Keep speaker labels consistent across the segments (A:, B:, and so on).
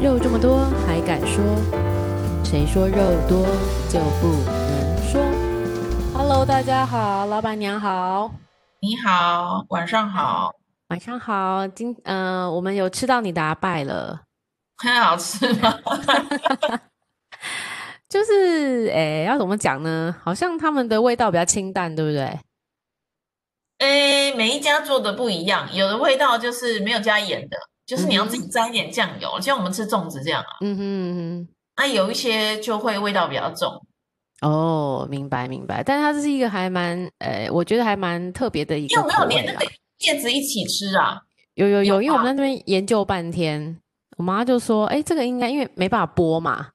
A: 肉这么多还敢说？谁说肉多就不能说？Hello，大家好，老板娘好，
B: 你好，晚上好，
A: 晚上好。今呃，我们有吃到你的阿拜了，
B: 很好吃吗？
A: 就是诶，要怎么讲呢？好像他们的味道比较清淡，对不对？
B: 诶，每一家做的不一样，有的味道就是没有加盐的，就是你要自己沾一点酱油，像我们吃粽子这样啊。
A: 嗯哼嗯
B: 那、有一些就会味道比较重，
A: 哼，哦，明白明白。但是它这是一个还蛮诶，我觉得还蛮特别的一
B: 你
A: 个
B: 有没有
A: 口
B: 连
A: 味啊
B: 那
A: 啦
B: 个。叶子一起吃啊？
A: 有有
B: 有
A: 有，因为我们在那边研究半天，我妈就说：“哎、这个应该因为没办法剥嘛。”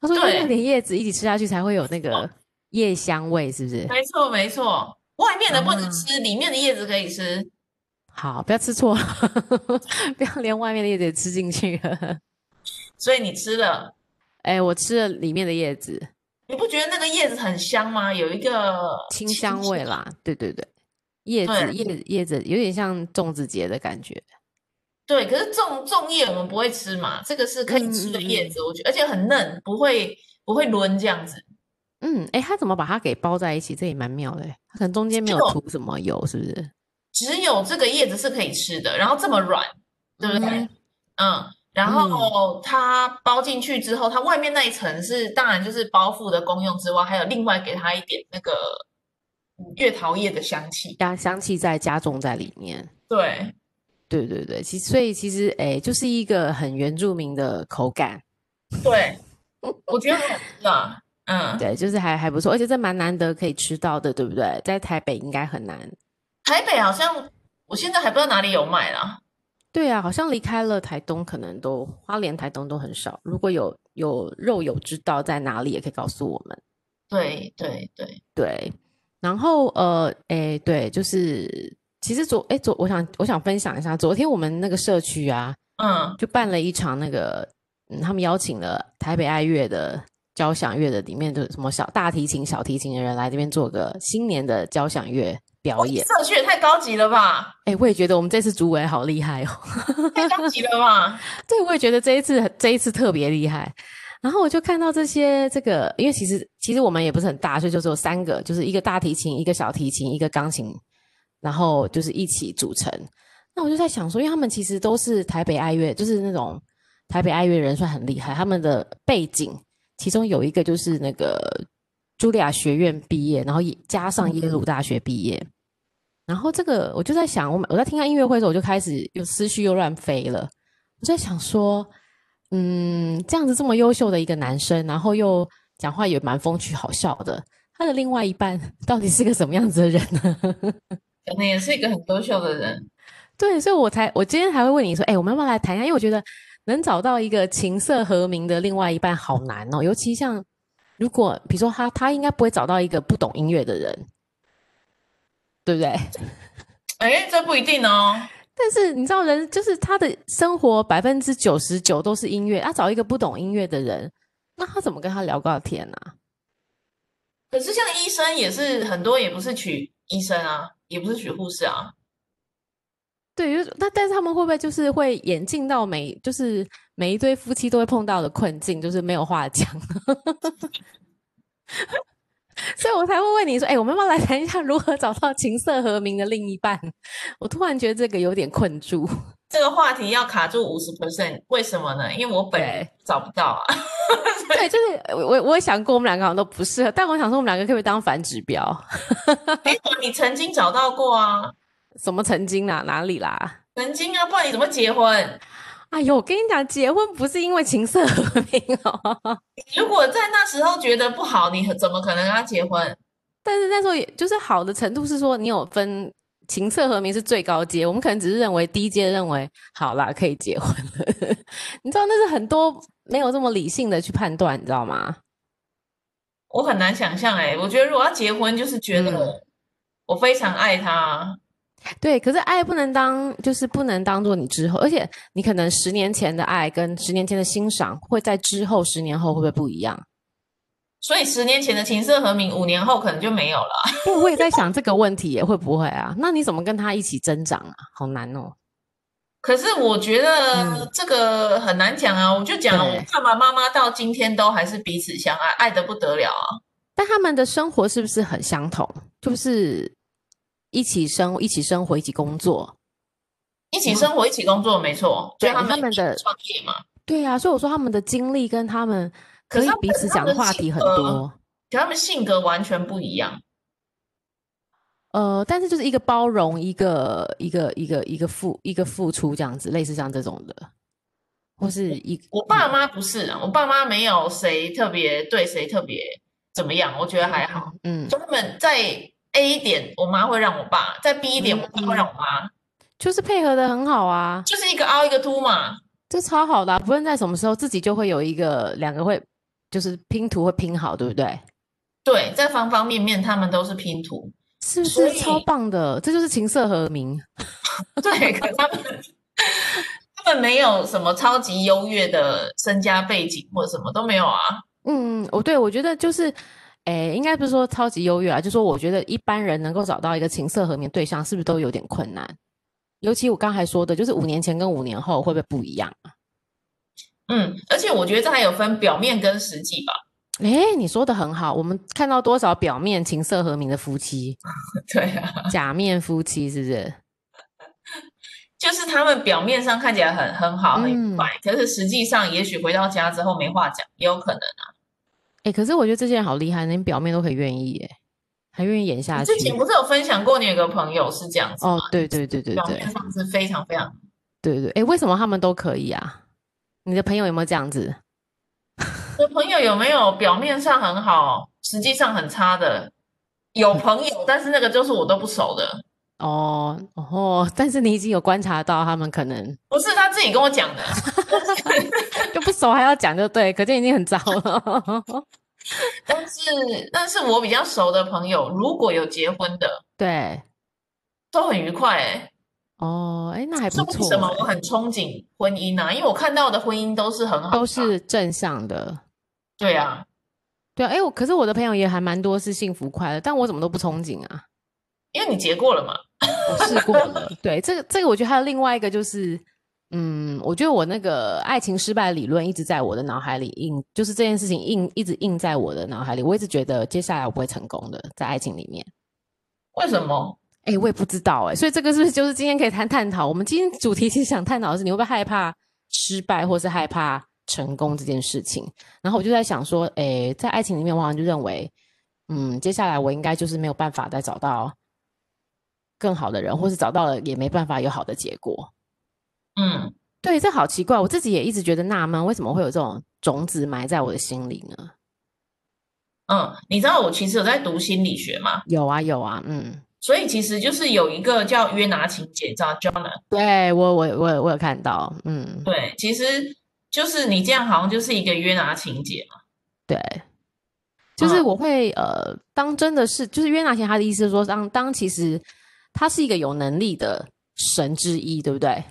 A: 她说：“应该
B: 对
A: 要连叶子一起吃下去才会有那个
B: 哦
A: 叶香味，是不是
B: 没错没错，外面的不能
A: 啊
B: 吃，里面的叶子可以吃。？”
A: 好，不要吃错了，不要连外面的叶子也吃进去了。
B: 所以你吃了，
A: 哎、我吃了里面的叶子，
B: 你不觉得那个叶子很香吗？有一个
A: 清香味啦。对对对，叶子
B: 对
A: 叶子叶子有点像粽子节的感觉。
B: 对，可是粽粽叶我们不会吃嘛，这个是可以吃的
A: 嗯嗯嗯
B: 叶子，我觉得而且很嫩，不会不会轮这样子。
A: 嗯，哎、她怎么把它给包在一起？这也蛮妙的。欸她可能中间没有
B: 这个
A: 涂什么油，是不是？
B: 只有这个叶子是可以吃的，然后这么软，对不对？
A: 嗯
B: 嗯，然后它包进去之后，它外面那一层是当然就是包覆的功用之外，还有另外给它一点那个嗯月桃叶的香气。
A: 加香气再加重在里面。
B: 对，
A: 对对对，其实所以其实诶，就是一个很原住民的口感，
B: 对，我觉得 很吃啊，嗯，
A: 对，就是还还不错，而且这蛮难得可以吃到的，对不对？在台北应该很难。
B: 台北好像我现在还不知道哪里有卖啦。
A: 对啊，好像离开了台东，可能都花莲、台东都很少。如果有有肉友知道在哪里，也可以告诉我们。
B: 对对对，
A: 对，然后呃，诶，对，就是其实昨诶昨，我想我想分享一下，昨天我们那个社区啊，
B: 嗯，
A: 就办了一场那个，嗯，他们邀请了台北爱乐的交响乐的里面的什么小大提琴、小提琴的人来这边做个新年的交响乐表演。
B: 社区也太高级了吧，
A: 哎、我也觉得我们这次主委好厉害哦，
B: 太高级了吧，
A: 对，我也觉得这一次很这一次特别厉害。然后我就看到这些这个，因为其实其实我们也不是很大，所以就只有三个，就是一个大提琴、一个小提琴、一个钢琴，然后就是一起组成。那我就在想说，因为他们其实都是台北爱乐，就是那种台北爱乐人算很厉害，他们的背景其中有一个就是那个茱莉亚学院毕业，然后也加上耶鲁大学毕业。然后这个我就在想，我我在听他音乐会的时候，我就开始又思绪又乱飞了。我在想说，嗯，这样子这么优秀的一个男生，然后又讲话也蛮风趣好笑的，他的另外一半 到底是个什么样子的人呢？
B: 可能也是一个很优秀的人。
A: 对，所以我才我今天还会问你说，哎、我们要不要来谈一下？因为我觉得能找到一个琴瑟和鸣的另外一半好难哦，尤其像如果比如说他他应该不会找到一个不懂音乐的人，对不对？
B: 哎，这不一定哦。
A: 但是你知道人，就是他的生活百分之九十九都是音乐，他、找一个不懂音乐的人，那他怎么跟他聊个天呢、啊？
B: 可是像医生也是很多，也不是娶医生啊，也不是娶护士啊。
A: 对，就是那但是他们会不会就是会演进到每就是每一对夫妻都会碰到的困境，就是没有话讲， 所以我才会问你说，哎、我们要不要来谈一下如何找到琴瑟和鸣的另一半？我突然觉得这个有点困住。
B: 这个话题要卡住五十 percent，为什么呢？因为我本人
A: 对
B: 找不到啊。
A: 对，就是我我我也想过我们两个好像都不适合，但我想说我们两个可不可以当反指标？
B: 哎，你曾经找到过啊？
A: 什么曾经啦，哪里啦？
B: 曾经啊，不然你怎么结婚？
A: 哎呦，我跟你讲，结婚不是因为琴瑟和鸣哦。
B: 你如果在那时候觉得不好，你怎么可能跟他结婚？
A: 但是那时候也就是好的程度是说，你有分情色和鸣是最高阶，我们可能只是认为低阶认为好啦，可以结婚了。 你知道那是很多没有这么理性的去判断，你知道吗？
B: 我很难想象哎、我觉得如果要结婚，就是觉
A: 嗯
B: 得我非常爱他。啊
A: 对，可是爱不能当，就是不能当做你之后，而且你可能十年前的爱跟十年前的欣赏会在之后十年后会不会不一样？
B: 所以十年前的琴瑟和鸣，五年后可能就没有了。
A: 对，我也在想这个问题耶，会不会啊？那你怎么跟他一起增长啊？好难哦。
B: 可是我觉得
A: 嗯
B: 这个很难讲啊，我就讲啊
A: 对
B: 我爸爸妈妈到今天都还是彼此相爱，爱得不得了啊。
A: 但他们的生活是不是很相同？就是一起生、一起生活、一起工作。
B: 一起生活，一起工作，没错，所
A: 嗯对
B: 以他
A: 他
B: 们
A: 们
B: 一起
A: 的
B: 创业嘛。
A: 对呀、所以我说他们的经历跟他们可
B: 可是
A: 以
B: 他们
A: 彼此
B: 他
A: 讲的
B: 们
A: 话
B: 性
A: 题很
B: 格啊
A: 多。
B: 可他们性格完全不一样，
A: 呃，但是就是一个包容，一个一个一个一个付一个付出这样子，类似像这种的，或是一
B: 我爸妈不是
A: 嗯
B: 啊，我爸妈没有谁特别对谁特别怎么样，我觉得还好。
A: 嗯，
B: 就他们在 A 点，我妈会让我爸；在 B 点，
A: 嗯
B: 我爸会让我妈，
A: 就是配合的很好啊，
B: 就是一个凹一个凸嘛。
A: 这超好的啊、不论在什么时候，自己就会有一个两个会就是拼图会拼好，对不对？
B: 对，在方方面面他们都是拼图。
A: 是不
B: 所
A: 是超
B: 以
A: 棒的？这就是琴瑟和鸣。
B: 对，可他们他们没有什么超级优越的身家背景或者什么都没有啊。
A: 嗯，我对我觉得就是，诶，应该不是说超级优越啊，就说我觉得一般人能够找到一个情色和鸣对象，是不是都有点困难？尤其我刚才说的，就是五年前跟五年后会不会不一样？
B: 嗯，而且我觉得这还有分表面跟实际吧。
A: 诶，你说的很好，我们看到多少表面情色和鸣的夫妻，
B: 对啊，
A: 假面夫妻是不是？
B: 就是他们表面上看起来很很好、很愉
A: 嗯
B: 快，可是实际上也许回到家之后没话讲，也有可能。
A: 诶，可是我觉得这些人好厉害，连表面都可以愿意耶，还愿意演下
B: 你
A: 去
B: 之。前不是有分享过，你有个朋友是这样子吗，
A: 哦，对对对对
B: 表
A: 对
B: 面上是非常非常，
A: 对对，诶，为什么他们都可以啊？你的朋友有没有这样子？
B: 我朋友有没有表面上很好，实际上很差的？有朋友，但是那个就是我都不熟的，
A: 哦哦，但是你已经有观察到他们可能
B: 不是他自己跟我讲的。
A: 就不熟还要讲就对，可见已经很糟了。
B: 但是，但是我比较熟的朋友，如果有结婚的，
A: 对，
B: 都很愉快、欸。
A: 哦，哎，那还
B: 是
A: 不
B: 为
A: 错
B: 什么
A: 欸，
B: 我很憧憬婚姻啊？因为我看到的婚姻都是很好的啊，
A: 都是正向的。
B: 对啊。
A: 对啊，哎，我可是我的朋友也还蛮多是幸福快乐，但我怎么都不憧憬啊。
B: 因为你结过了嘛，
A: 我试过了，对这个这个，我觉得还有另外一个就是，嗯，我觉得我那个爱情失败理论一直在我的脑海里印，就是这件事情印一直印在我的脑海里，我一直觉得接下来我不会成功的，在爱情里面。
B: 为什么？
A: 哎、我也不知道哎、所以这个是不是就是今天可以谈探讨？我们今天主题 其实想探讨的是，你会不会害怕失败，或是害怕成功这件事情？然后我就在想说，哎、在爱情里面，我好像就认为，嗯，接下来我应该就是没有办法再找到更好的人，或是找到了也没办法有好的结果。
B: 嗯，
A: 对，这好奇怪，我自己也一直觉得纳闷，为什么会有这种种子埋在我的心里呢？
B: 嗯，你知道我其实有在读心理学嘛，
A: 有啊，有啊，嗯，
B: 所以其实就是有一个叫约拿情节，你知道 Jonah？
A: 对我，我，我，我有看到，嗯，
B: 对，其实就是你这样好像就是一个约拿情节嘛。
A: 对，就是
B: 嗯
A: 我会、呃，当真的是，就是约拿前他的意思是说，当当其实他是一个有能力的神之一，对不对？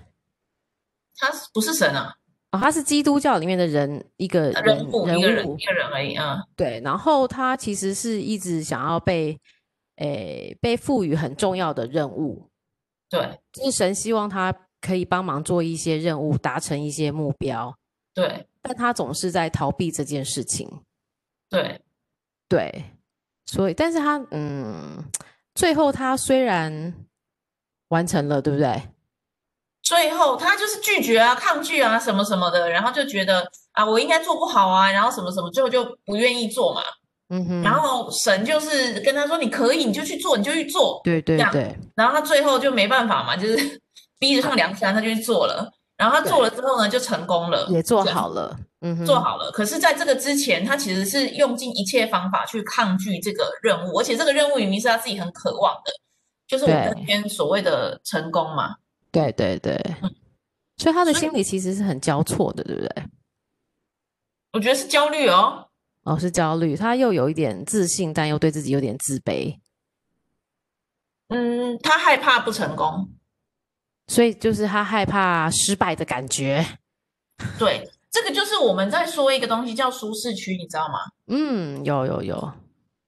B: 他是不是神啊，
A: 哦，他是基督教里面的人一个人
B: 呃人物一个人
A: 物
B: 一，个人而已啊。
A: 对。然后他其实是一直想要被，诶、被赋予很重要的任务，
B: 对
A: 就是神希望他可以帮忙做一些任务，达成一些目标，
B: 对
A: 但他总是在逃避这件事情。
B: 对，
A: 对，所以，但是他，嗯，最后他虽然完成了，对不对？
B: 最后他就是拒绝啊、抗拒啊什么什么的，然后就觉得啊我应该做不好啊，然后什么什么，最后就不愿意做嘛。
A: 嗯哼，
B: 然后神就是跟他说你可以，你就去做，你就去做。
A: 对对
B: 这样
A: 对，
B: 然后他最后就没办法嘛，就是 逼着上梁山，他就去做了。然后他做了之后呢，就成功了，
A: 也做
B: 这样
A: 好了，嗯哼，
B: 做，好了。可是，在这个之前，他其实是用尽一切方法去抗拒这个任务，而且这个任务明明是他自己很渴望的，就是我们
A: 对
B: 今天所谓的成功嘛。
A: 对对对。所以他的
B: 嗯所以
A: 心理其实是很交错的，对不对？
B: 我觉得是焦虑哦，
A: 哦，是焦虑，他又有一点自信，但又对自己有点自卑，
B: 嗯，他害怕不成功，
A: 所以就是他害怕失败的感觉。
B: 对。这个就是我们在说一个东西叫舒适区，你知道吗？
A: 嗯，有有有，
B: 哦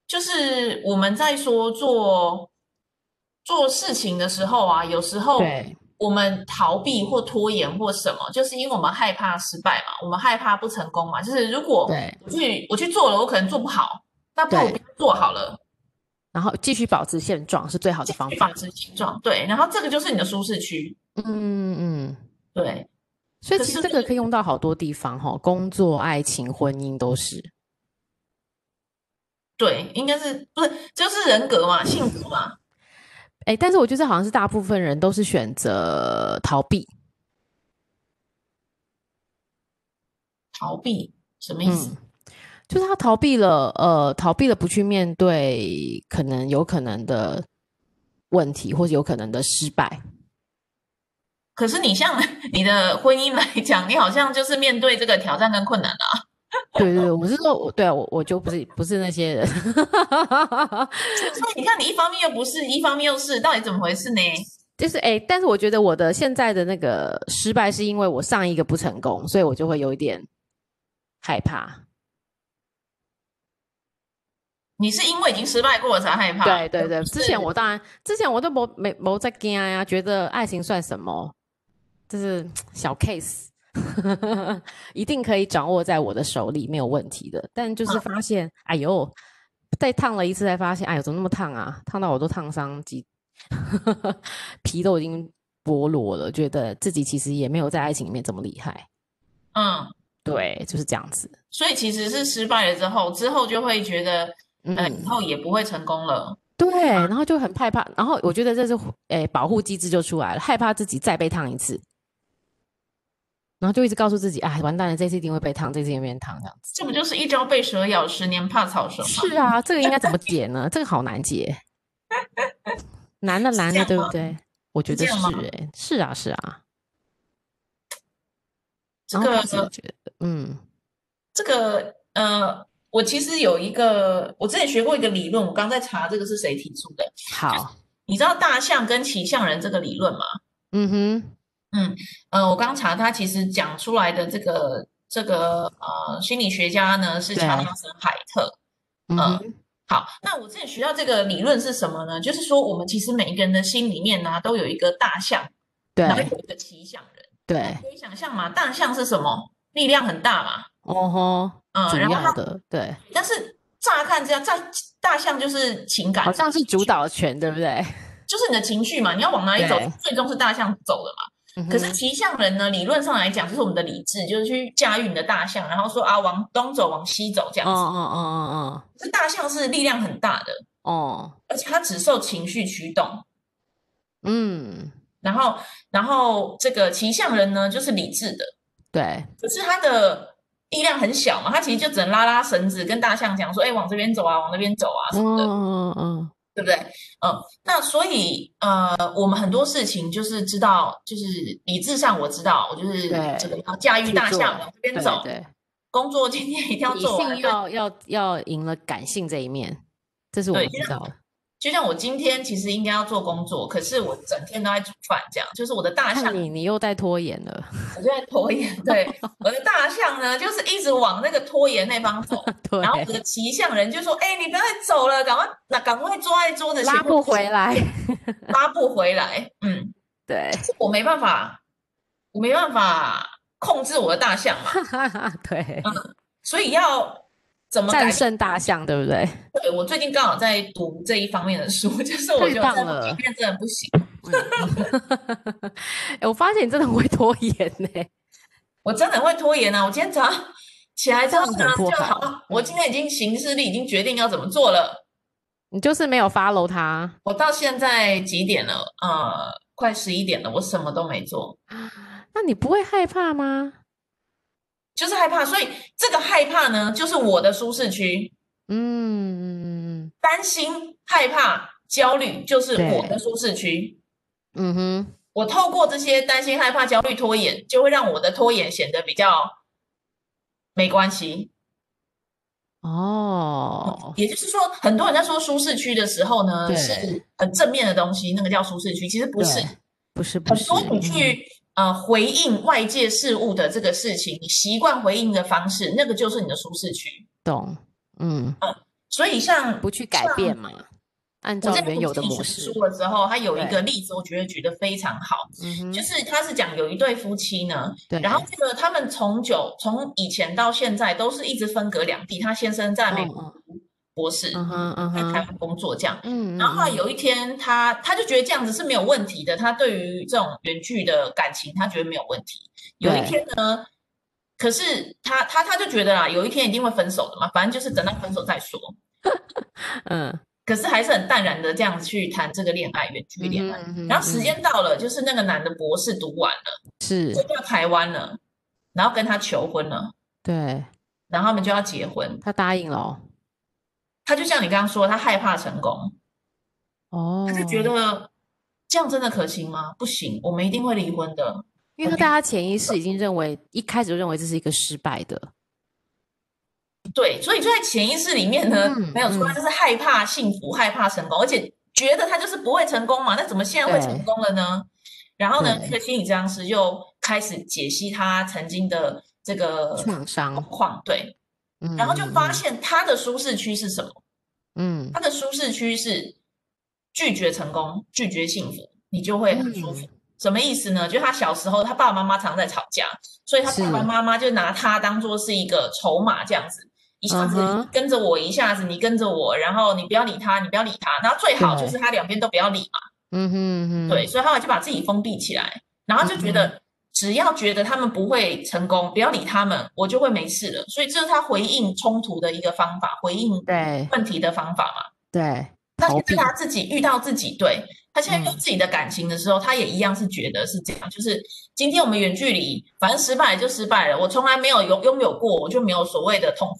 B: 就是我们在说做做事情的时候啊，有时候
A: 对，
B: 我们逃避或拖延或什么，就是因为我们害怕失败嘛，我们害怕不成功嘛。就是如果
A: 对
B: 我去我去做了，我可能做不好，那不如
A: 对
B: 不要做好了，
A: 然后继续保持现状是最好的方
B: 去
A: 法
B: 保。持现状。对，然后这个就是你的舒适区。
A: 嗯嗯嗯。
B: 对，
A: 所以
B: 可
A: 其实
B: 是
A: 这个可以用到好多地方哈、工作、爱情、婚姻都是。
B: 对，应该是不是就是人格嘛，性格嘛，
A: 哎，但是我觉得好像是大部分人都是选择逃避，
B: 逃避什么意思？
A: 嗯，就是他逃避了，呃，逃避了不去面对可能有可能的问题，或者有可能的失败。
B: 可是你像 你的婚姻来讲，你好像就是面对这个挑战跟困难了、啊。
A: 对对，对我是说，我对啊，我我就不是不是那些人，
B: 所以你看，你一方面又不是，一方面又是，到底怎么回事呢？
A: 就是哎、诶但是我觉得我的现在的那个失败是因为我上一个不成功，所以我就会有一点害怕。
B: 你是因为已经失败过了才害怕？
A: 对对对，之前
B: 是
A: 我当然，之前我都没没没在惊呀，觉得爱情算什么，就是小 case，一定可以掌握在我的手里，没有问题的。但就是发现，哎呦，再烫了一次才发现，哎呦，怎么那么烫啊？烫到我都烫伤肌， 皮都已经剥落了，觉得自己其实也没有在爱情里面这么厉害。
B: 嗯，
A: 对，就是这样子。
B: 所以其实是失败了之后，之后就会觉得，
A: 嗯，
B: 呃，以后也不会成功了。
A: 对，然后就很害怕，然后我觉得这是诶、保护机制就出来了，害怕自己再被烫一次，然后就一直告诉自己，哎，完蛋了，这次一定会被烫，这次一定会被烫这样子。
B: 这不就是一朝被蛇咬，十年怕草绳吗？
A: 是啊，这个应该怎么解呢？这个好难 解，难了难了，
B: 这样
A: 对不
B: 吗
A: 对？我觉
B: 是
A: 得
B: 这
A: 是
B: 样吗
A: 诶、是啊是啊，
B: 这
A: 然后
B: 个
A: 开始就觉得，嗯
B: 这个呃，我其实有一个，我之前学过一个理论，我刚在查这个是谁提出的。
A: 好，
B: 你知道大象跟骑象人这个理论吗？
A: 嗯哼，
B: 呃，我刚查，他其实讲出来的这个这个呃心理学家呢是查
A: 对
B: 拉森海特。
A: 嗯
B: 呃
A: 哼，
B: 好，那我之前学到这个理论是什么呢？就是说我们其实每一个人的心里面呢、都有一个大象，然后
A: 对
B: 有一个骑象人。
A: 对，
B: 可以想象嘛，大象是什么？力量很大嘛，
A: 哦吼，
B: 嗯，
A: 主
B: 然后
A: 要
B: 它
A: 的对，
B: 但是乍看这样，大大象就是情感
A: 好，像是主导权，对不对？
B: 就是你的情绪嘛，你要往哪里走
A: 对，
B: 最终是大象走的嘛。可是
A: 嗯哼
B: 骑象人呢，理论上来讲就是我们的理智，就是去驾驭你的大象，然后说啊往东走，往西走这
A: 哦
B: 样子。
A: 哦哦
B: 可是大象是力量很大的，
A: 哦哦哦。
B: 而且它只受情绪驱动。
A: 嗯，
B: 然后，然后这个骑象人呢，就是理智的，
A: 对，
B: 可是它的力量很小嘛，它其实就只能拉拉绳子，跟大象讲说，哎，往这边走啊，往那边走啊什
A: 嗯
B: 么的。
A: 嗯 嗯
B: 对不对？嗯，那所以呃，我们很多事情就是知道，就是理智上我知道，我就是
A: 对
B: 这个要驾驭
A: 去
B: 大
A: 做
B: 象往这
A: 嗯，
B: 边
A: 对
B: 走，
A: 对，
B: 工作今天一定要
A: 理
B: 做
A: 性
B: 完。对
A: 要要要赢了感性这一面，这是我
B: 对
A: 们
B: 就
A: 知道的。
B: 就像我今天其实应该要做工作，可是我整天都在煮饭，这样就是我的大象
A: 看，你，你又在拖延了，
B: 我就在拖延。对，我的大象呢，就是一直往那个拖延那方走，
A: 对
B: 然，后我的骑象人就说：“哎、你不要再走了，赶快那赶快抓在桌子，
A: 拉不回，来，
B: 拉不回来。”嗯，
A: 对，
B: 我没办法，我没办法控制我的大象 嘛，
A: 对，
B: 所以要怎么
A: 战
B: 嗯改？
A: 胜大象，对不对？
B: 对，我最近刚好在读这一方面的书， 就是我
A: 太
B: 觉得
A: 棒
B: 这
A: 了
B: 方面真的不行，
A: 嗯哎我发现你真的很会拖延呢、
B: 我真的会拖延啊！我今天早上起来之后
A: 这
B: 呢
A: 样，很不嗯
B: 就
A: 好
B: 好，我今天已经行事历已经决定要怎么做了。
A: 你就是没有 follow 他，
B: 我到现在几点了？呃，快十一点了，我什么都没做，
A: 那你不会害怕吗？
B: 就是害怕。所以这个害怕呢，就是我的舒适区，
A: 嗯
B: 担心、害怕、焦虑，就是我
A: 对
B: 的舒适区。
A: 嗯哼，
B: 我透过这些担心、害怕、焦虑、拖延，就会让我的拖延显得比较没关系。
A: 哦，
B: 也就是说，很多人在说舒适区的时候呢，
A: 对
B: 是很正面的东西，那个叫舒适区，其实不是
A: 对。不是不
B: 很
A: 是，
B: 多你
A: 嗯
B: 去、呃回应外界事物的这个事情，你习惯回应的方式，那个就是你的舒适区。
A: 懂，嗯，
B: 所以像
A: 不去改变嘛，按
B: 我
A: 照
B: 在
A: 原
B: 读
A: 有的
B: 心理
A: 模
B: 学
A: 式
B: 书，的时候，他有一
A: 对
B: 个例子，我觉得举得非常好，
A: 嗯哼
B: 就，是他是讲有一对夫妻呢，
A: 对，
B: 然后这个他们从久从以前到现在都是一直分隔两地，他先生在美
A: 嗯
B: 国读博士，
A: 嗯哼嗯
B: 在台
A: 哼，
B: 湾工作这样。
A: 嗯，
B: 然后后来
A: 嗯
B: 有一天他，他就觉得这样子是没有问题的，他对于这种远距的感情，他觉得没有问题。有一
A: 对
B: 天呢，可是他他他就觉得啦，有一天一定会分手的嘛，反正就是等到分手再说。
A: 嗯，
B: 可是还是很淡然的这样去谈这个恋爱，远距恋爱。
A: 嗯哼嗯
B: 然后时间到了，就是那个男的博士读完了，
A: 是
B: 回到台湾了，然后跟他求婚了，
A: 对，
B: 然后他们就要结婚。
A: 他答应了哦，
B: 他就像你刚刚说，他害怕成功，
A: 哦
B: 他就觉得这样真的可行吗？不行，我们一定会离婚的。
A: 因为他
B: 很
A: 大家潜意识已经认为，一开始就认为这是一个失败的，
B: 对，所以就在潜意识里面呢，
A: 嗯
B: 没有错，他就是害怕幸福，害怕成功，而且觉得他就是不会成功嘛，那怎么现在会成
A: 对
B: 功了呢？然后呢，
A: 对
B: 这个心理治疗师就开始解析他曾经的这个
A: 创伤，
B: 况，对，
A: 嗯，
B: 呃然后就发
A: 嗯，
B: 现他的舒适区是什么？
A: 嗯
B: 他的舒适区是拒绝成功，拒绝幸福，你就会很舒服。
A: 嗯
B: 什么意思呢？就他小时候，他爸爸妈妈常在吵架，所以他爸爸
A: 是
B: 妈妈就拿他当做是一个筹码，这样子，一下子
A: 嗯哼
B: 跟着我，一下子你跟着我，然后你不要理他，你不要理他，然后最好就
A: 对
B: 是他两边都不要理嘛。
A: 嗯哼嗯哼，嗯
B: 对，，所以后来就把自己封闭起来，然后就觉得、只要觉得他们不会成功，不要理他们，我就会没事了。所以这是他回应冲突的一个方法，回应
A: 对
B: 问题的方法嘛。
A: 对，
B: 那
A: 逃
B: 现
A: 避
B: 在他自己遇到自己，对他现在遇到
A: 嗯
B: 自己的感情的时候，他也一样是觉得是这样，就是今天我们远距离，反正失败了就失败了，我从来没有拥拥有过，我就没有所谓的痛苦。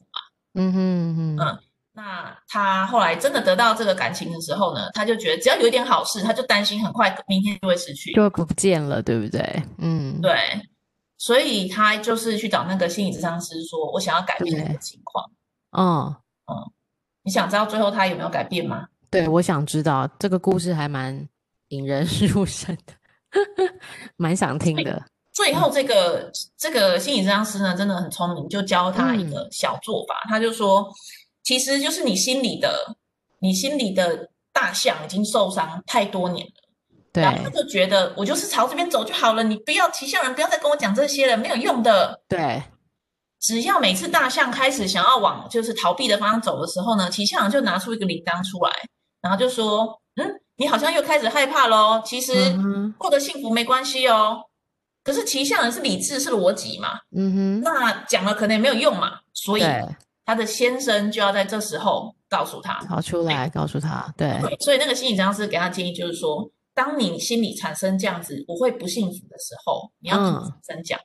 A: 嗯哼嗯哼，
B: 那他后来真的得到这个感情的时候呢，他就觉得只要有一点好事，他就担心很快明天就会失去。
A: 就会不见了，对不对？嗯，
B: 对，所以他就是去找那个心理咨商师说，我想要改变这个情况。
A: 嗯，
B: 你想知道最后他有没有改变吗？
A: 对，我想知道这个故事还蛮引人 入胜的，蛮想听的。
B: 最后这个这个心理治疗师呢，真的很聪明，就教他一个小做法。他就说，其实就是你心里的你心里的大象已经受伤太多年了，
A: 对，
B: 然后他就觉得我就是朝这边走就好了，你不要骑象人，不要再跟我讲这些了，没有用的。
A: 对，
B: 只要每次大象开始想要往就是逃避的方向走的时候呢，骑象人就拿出一个铃铛出来，然后就说：“嗯，你好像又开始害怕喽。其实
A: 嗯哼，
B: 获得幸福没关系哦。可是骑象人是理智是逻辑嘛，
A: 嗯哼，
B: 那讲了可能也没有用嘛，所以
A: 对，
B: 他的先生就要在这时候告诉他。
A: 逃出来，告诉他，对，
B: 对所以那个心理治疗师给他建议就是说，当你心里产生这样子我会不幸福的时候，你要跟
A: 嗯
B: 先生讲，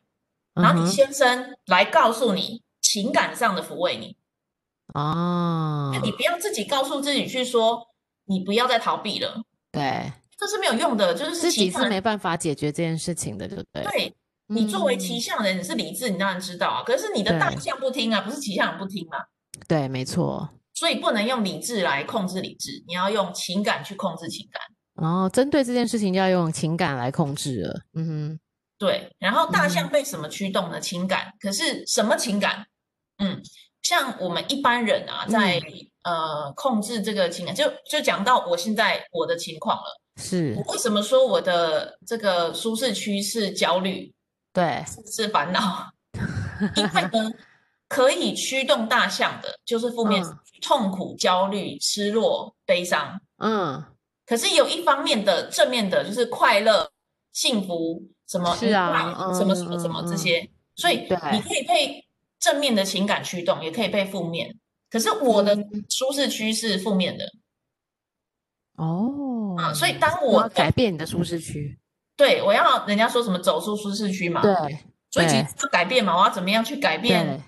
A: 嗯
B: 然后你
A: 哼，
B: 先生来告诉你情感上的抚慰你，
A: 啊
B: 那，你不要自己告诉自己去说你不要再逃避了，
A: 对，
B: 这是没有用的，就是
A: 自己
B: 情
A: 是
B: 感
A: 没办法解决这件事情的，对不对？
B: 对。你作为
A: 嗯
B: 骑象人，你是理智，你当然知道啊。可是你的大
A: 对
B: 象不听啊，不是骑象人不听嘛，
A: 嗯对，没错。
B: 所以不能用理智来控制理智，你要用情感去控制情感。
A: 然后针对这件事情，就要用情感来控制了。嗯哼，
B: 对，然后大象
A: 嗯
B: 被什么驱动呢？情感。可是什么情感？嗯，像我们一般人啊，在、
A: 嗯
B: 呃控制这个情感，就就讲到我现在我的情况了。
A: 是
B: 我为什么说我的这个舒适区是焦虑，
A: 对，
B: 是烦恼？因为呢，可以驱动大象的就是负面、
A: 嗯
B: 痛苦、焦虑、失落、悲伤。
A: 嗯，
B: 可是有一方面的正面的，就是快乐、幸福，什么
A: 是啊
B: 愉快什么什么什么
A: 嗯嗯
B: 这
A: 嗯
B: 些，所以
A: 对
B: 你可以被正面的情感驱动，也可以被负面。可是我的
A: 嗯
B: 舒适区是负面的，
A: 哦，
B: 嗯，所以当
A: 我要
B: 我
A: 改变你的舒适区，
B: 对我要人家说什么走出舒适区嘛，
A: 对
B: 所以其
A: 对
B: 实要改变嘛，我要怎么样去改变
A: 对？，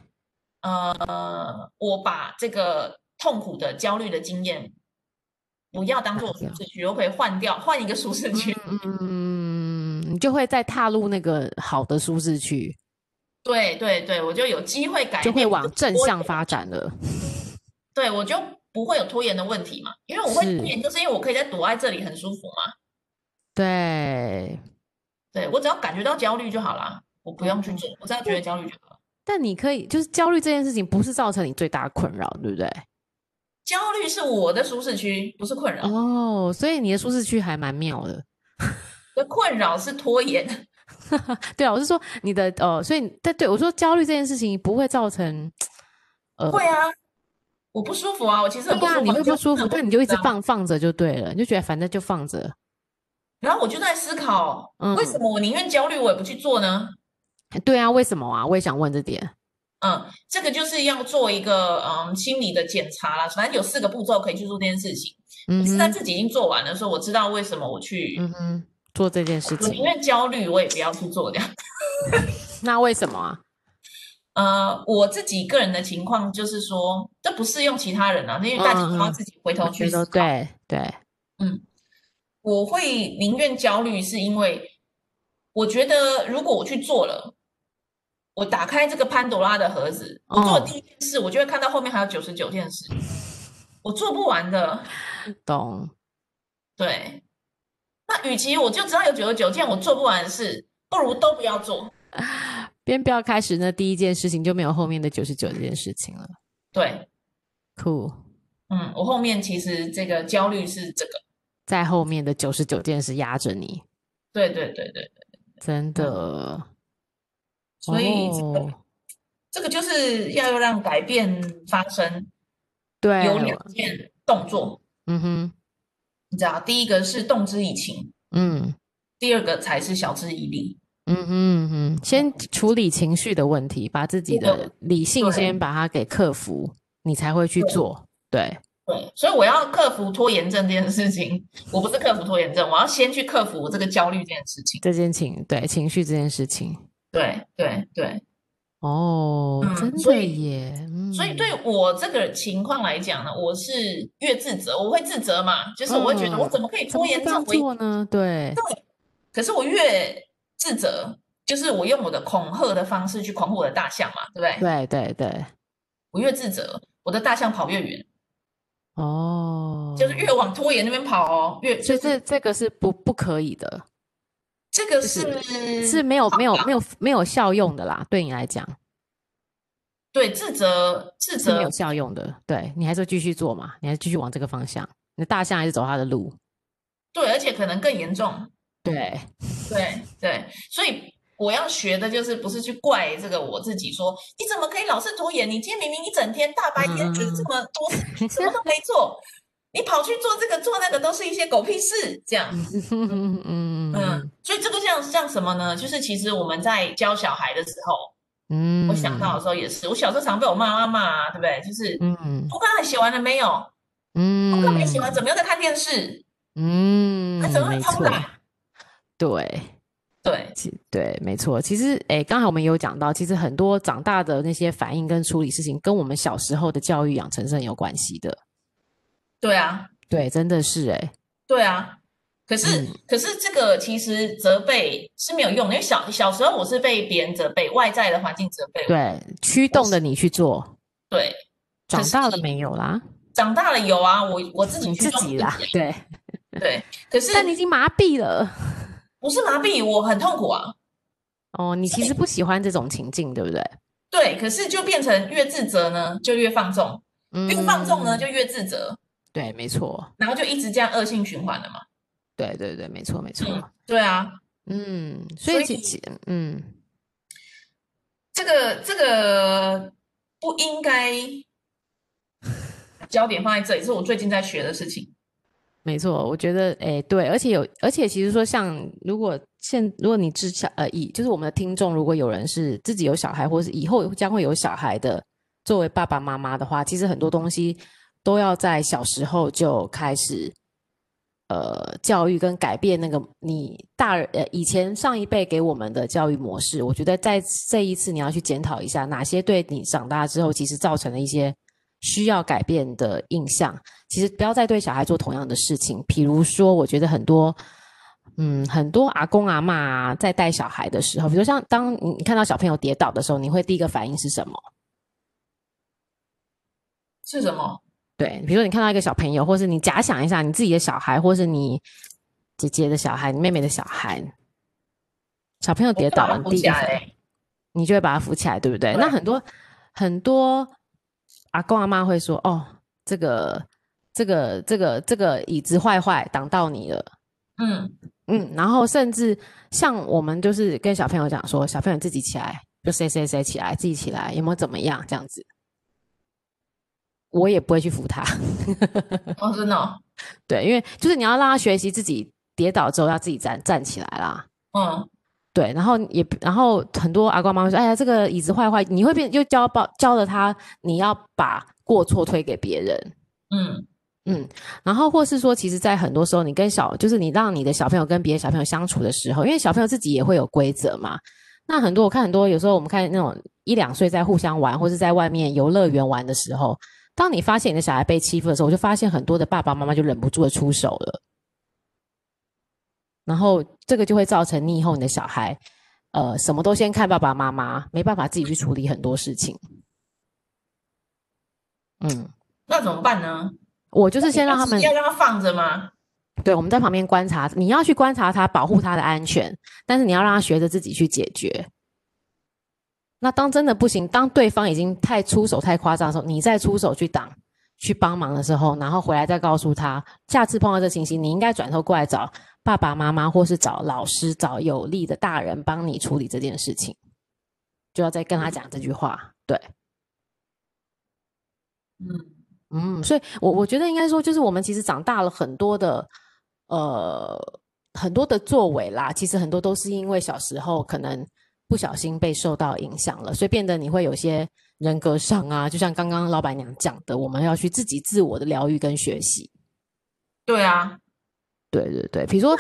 B: 呃，我把这个痛苦的、焦虑的经验。不要当做舒
A: 掉
B: 适区，我可以换掉，换一个舒适区。
A: 嗯，你就会再踏入那个好的舒适区，
B: 对对对，我就有机会改
A: 就
B: 变，
A: 会
B: 我
A: 往正
B: 不会
A: 向发展了。
B: 对，我就不会有拖延的问题嘛，因为我会拖
A: 是
B: 延，就是因为我可以在躲在这里很舒服嘛。
A: 对，
B: 对，我只要感觉到焦虑就好啦，我不用去做，
A: 嗯
B: 我只要觉得焦虑就好了。
A: 但你可以就是焦虑这件事情，不是造成你最大的困扰，对不对？
B: 焦虑是我的舒适区，不是困扰。
A: 哦，所以你的舒适区还蛮妙的。
B: 的困扰是拖延，
A: 对啊，我是说你的呃，所以你对对我说焦虑这件事情不会造成呃，
B: 会啊，我不舒服啊，我其实很不
A: 对
B: 舒
A: 啊，
B: 服，
A: 你会不
B: 就
A: 舒服，
B: 很
A: 但你就一直
B: 知道。
A: 放放着就对了，你就觉得反正就放着。
B: 然后我就在思考，
A: 嗯
B: 为什么我宁愿焦虑，我也不去做呢？
A: 对啊，为什么啊？我也想问这点。
B: 嗯，这个就是要做一个嗯心理的检查啦，反正有四个步骤可以去做这件事情。
A: 嗯
B: 是在
A: 哼，
B: 自己已经做完的时候，我知道为什么我去，
A: 嗯哼，做这件事
B: 我宁
A: 情，
B: 愿焦虑，我也不要去做这样。
A: 那为什么啊？
B: 呃，我自己个人的情况就是说，这不适用其他人啊，因为大家都
A: 嗯
B: 要
A: 嗯
B: 自己回头
A: 我
B: 去
A: 觉
B: 思
A: 得
B: 考。
A: 对对，
B: 我会宁愿焦虑，是因为我觉得如果我去做了，我打开这个潘多拉的盒子，我做
A: 哦
B: 的第一件事，我就会看到后面还有九十九件事，我做不完的。
A: 懂。
B: 对，那与其我就知道有九十九件我做不完的事，不如都不要做。
A: 边不要开始呢，第一件事情就没有后面的九十九这件事情了。
B: 对，
A: 酷，
B: 嗯，我后面其实这个焦虑是这个，
A: 在后面的九十九件事压着你，
B: 对对对对，
A: 真的。
B: 嗯所以这个、
A: 哦
B: 这个就是要让改变发生，
A: 对，
B: 有两件动作，
A: 嗯哼，
B: 你知道，第一个是动之以情，
A: 嗯
B: 第二个才是晓之以理。
A: 嗯哼嗯哼，先处理情绪的问题，把自己
B: 这个
A: 的理性
B: 对
A: 先把它给克服，你才会去
B: 对
A: 做。对，
B: 对，所以我要克服拖延症这件事情，我不是克服拖延症，我要先去克服我这个焦虑这件事情。
A: 这件情对情绪这件事情，
B: 对对对，
A: 嗯哦，
B: 嗯
A: 真
B: 所
A: 的
B: 以
A: 耶，嗯，
B: 所以对我这个情况来讲呢，我是越自责，我会自责嘛，就是我会觉得我
A: 嗯
B: 怎么可以
A: 怎么
B: 拖
A: 会
B: 延
A: 这
B: 症
A: 样，
B: 我一
A: 做呢？对，
B: 可是我越自责，就是我用我的恐吓的方式去恐吓我的大象嘛，对不对？
A: 对对对，
B: 我越自责，我的大象跑越远，
A: 哦，
B: 就是越往拖延那边跑哦，越
A: 所
B: 就
A: 以这
B: 是
A: 这个是不不可以的，
B: 这个
A: 就是
B: 是
A: 是没有没
B: 哦
A: 有没有没有效用的啦，对你来讲
B: 对自责自
A: 是没
B: 责
A: 有效用的，对你还是会继续做嘛，你还是继续往这个方向，你的大象还是走它的路，
B: 对，而且可能更严重，
A: 对，
B: 对对，所以。我要学的就是不是去怪这个我自己说，你怎么可以老是拖延？你今天明明一整天大白天就是这
A: 嗯
B: 么多事，什么都没做，你跑去做这个做那个，都是一些狗屁事，这样。
A: 嗯嗯
B: 嗯，所以这个像像什么呢？就是其实我们在教小孩的时候，
A: 嗯
B: 我想到的时候也是，我小时候常被我妈妈骂啊，对不对？就是
A: 嗯
B: 我刚才写完了没有？
A: 嗯，
B: 我刚没写完，怎么又在看电视？
A: 嗯，
B: 啊怎么会
A: 没
B: 偷
A: 错，
B: 懒？
A: 对。
B: 对
A: 其对，没错。其实，诶，刚才我们有讲到，其实很多长大的那些反应跟处理事情，跟我们小时候的教育养成是很有关系的。
B: 对啊，
A: 对，真的是诶，
B: 对啊。可是、
A: 嗯
B: 可是这个其实责备是没有用的，因为小小时候我是被别人责备，外在的环境责备我。
A: 对，驱动的你去做，
B: 对，可
A: 长
B: 是
A: 大了没有啦？
B: 长大了有啊，我我自己去
A: 自
B: 弄
A: 己啦，对。
B: 对，可 是
A: 但你已经麻痹了。
B: 不是麻痹，我很痛苦啊。
A: 哦，你其实不喜欢这种情境，对不对？
B: 对，可是就变成越自责呢，就越放纵，
A: 嗯
B: 越放纵呢就越自责，
A: 对，没错，
B: 然后就一直这样恶性循环了嘛。
A: 对对对，没错没错。
B: 对啊，
A: 嗯，所
B: 所
A: 以其
B: 以
A: 实，嗯
B: 这个这个不应该，焦点放在这里，是我最近在学的事情。
A: 没错，我觉得，诶，对，而且有，而且其实说像，如果现，如果你至少，呃，以就是我们的听众，如果有人是自己有小孩，或是以后将会有小孩的，作为爸爸妈妈的话，其实很多东西都要在小时候就开始，呃，教育跟改变那个你大人，呃，以前上一辈给我们的教育模式，我觉得在这一次你要去检讨一下，哪些对你长大之后其实造成了一些需要改变的印象。其实不要再对小孩做同样的事情。比如说，我觉得很多，嗯，很多阿公阿嬷啊在带小孩的时候，比如像当你你看到小朋友跌倒的时候，你会第一个反应是什么？
B: 是什么？
A: 对，比如说你看到一个小朋友，或是你假想一下你自己的小孩，或是你姐姐的小孩、你妹妹的小孩，小朋友
B: 我
A: 跌
B: 把
A: 倒
B: 它
A: 了，你
B: 扶
A: 第一
B: 起
A: 个
B: 来
A: 反应
B: 欸。
A: 你就会把它扶起来，对不对？
B: 对
A: 那很多很多阿公阿妈会说：“哦，这个这个这个这个椅子坏坏挡到你了，
B: 嗯
A: 嗯，然后甚至像我们就是跟小朋友讲说，小朋友自己起来，就谁谁谁起来，自己起来，有没有怎么样这样子，我也不会去扶他，
B: 哦，真的哦、
A: 对，因为就是你要让他学习自己跌倒之后要自己站站起来啦，
B: 嗯，
A: 对，然后也然后很多阿公阿妈会说，哎呀，这个椅子坏坏，你会变又教包教了他，你要把过错推给别人，
B: 嗯
A: 嗯，然后或是说，其实，在很多时候，你跟小就是你让你的小朋友跟别的小朋友相处的时候，因为小朋友自己也会有规则嘛。那很多我看很多，有时候我们看那种一两岁在互相玩，或是在外面游乐园玩的时候，当你发现你的小孩被欺负的时候，我就发现很多的爸爸妈妈就忍不住的出手了。然后这个就会造成你以后你的小孩，呃，什么都先看爸爸妈妈，没办法自己去处理很多事情。嗯，
B: 那怎么办呢？
A: 我就是先让他们
B: 要让他放着吗？
A: 对，我们在旁边观察，你要去观察他，保护他的安全， 但是你要让他学着自己去解决。那当真的不行，当对方已经太出手、太夸张的时候，你再出手去挡、去帮忙的时候，然后回来再告诉他，下次碰到这情形，你应该转头过来找爸爸妈妈，或是找老师、找有力的大人帮你处理这件事情，就要再跟他讲这句话。对，
B: 嗯
A: 嗯，所以我我觉得应该说，就是我们其实长大了很多的，呃，很多的作为啦，其实很多都是因为小时候可能不小心被受到影响了，所以变得你会有些人格上啊，就像刚刚老板娘讲的，我们要去自己自我的疗愈跟学习。
B: 对啊，
A: 对对对，比如说，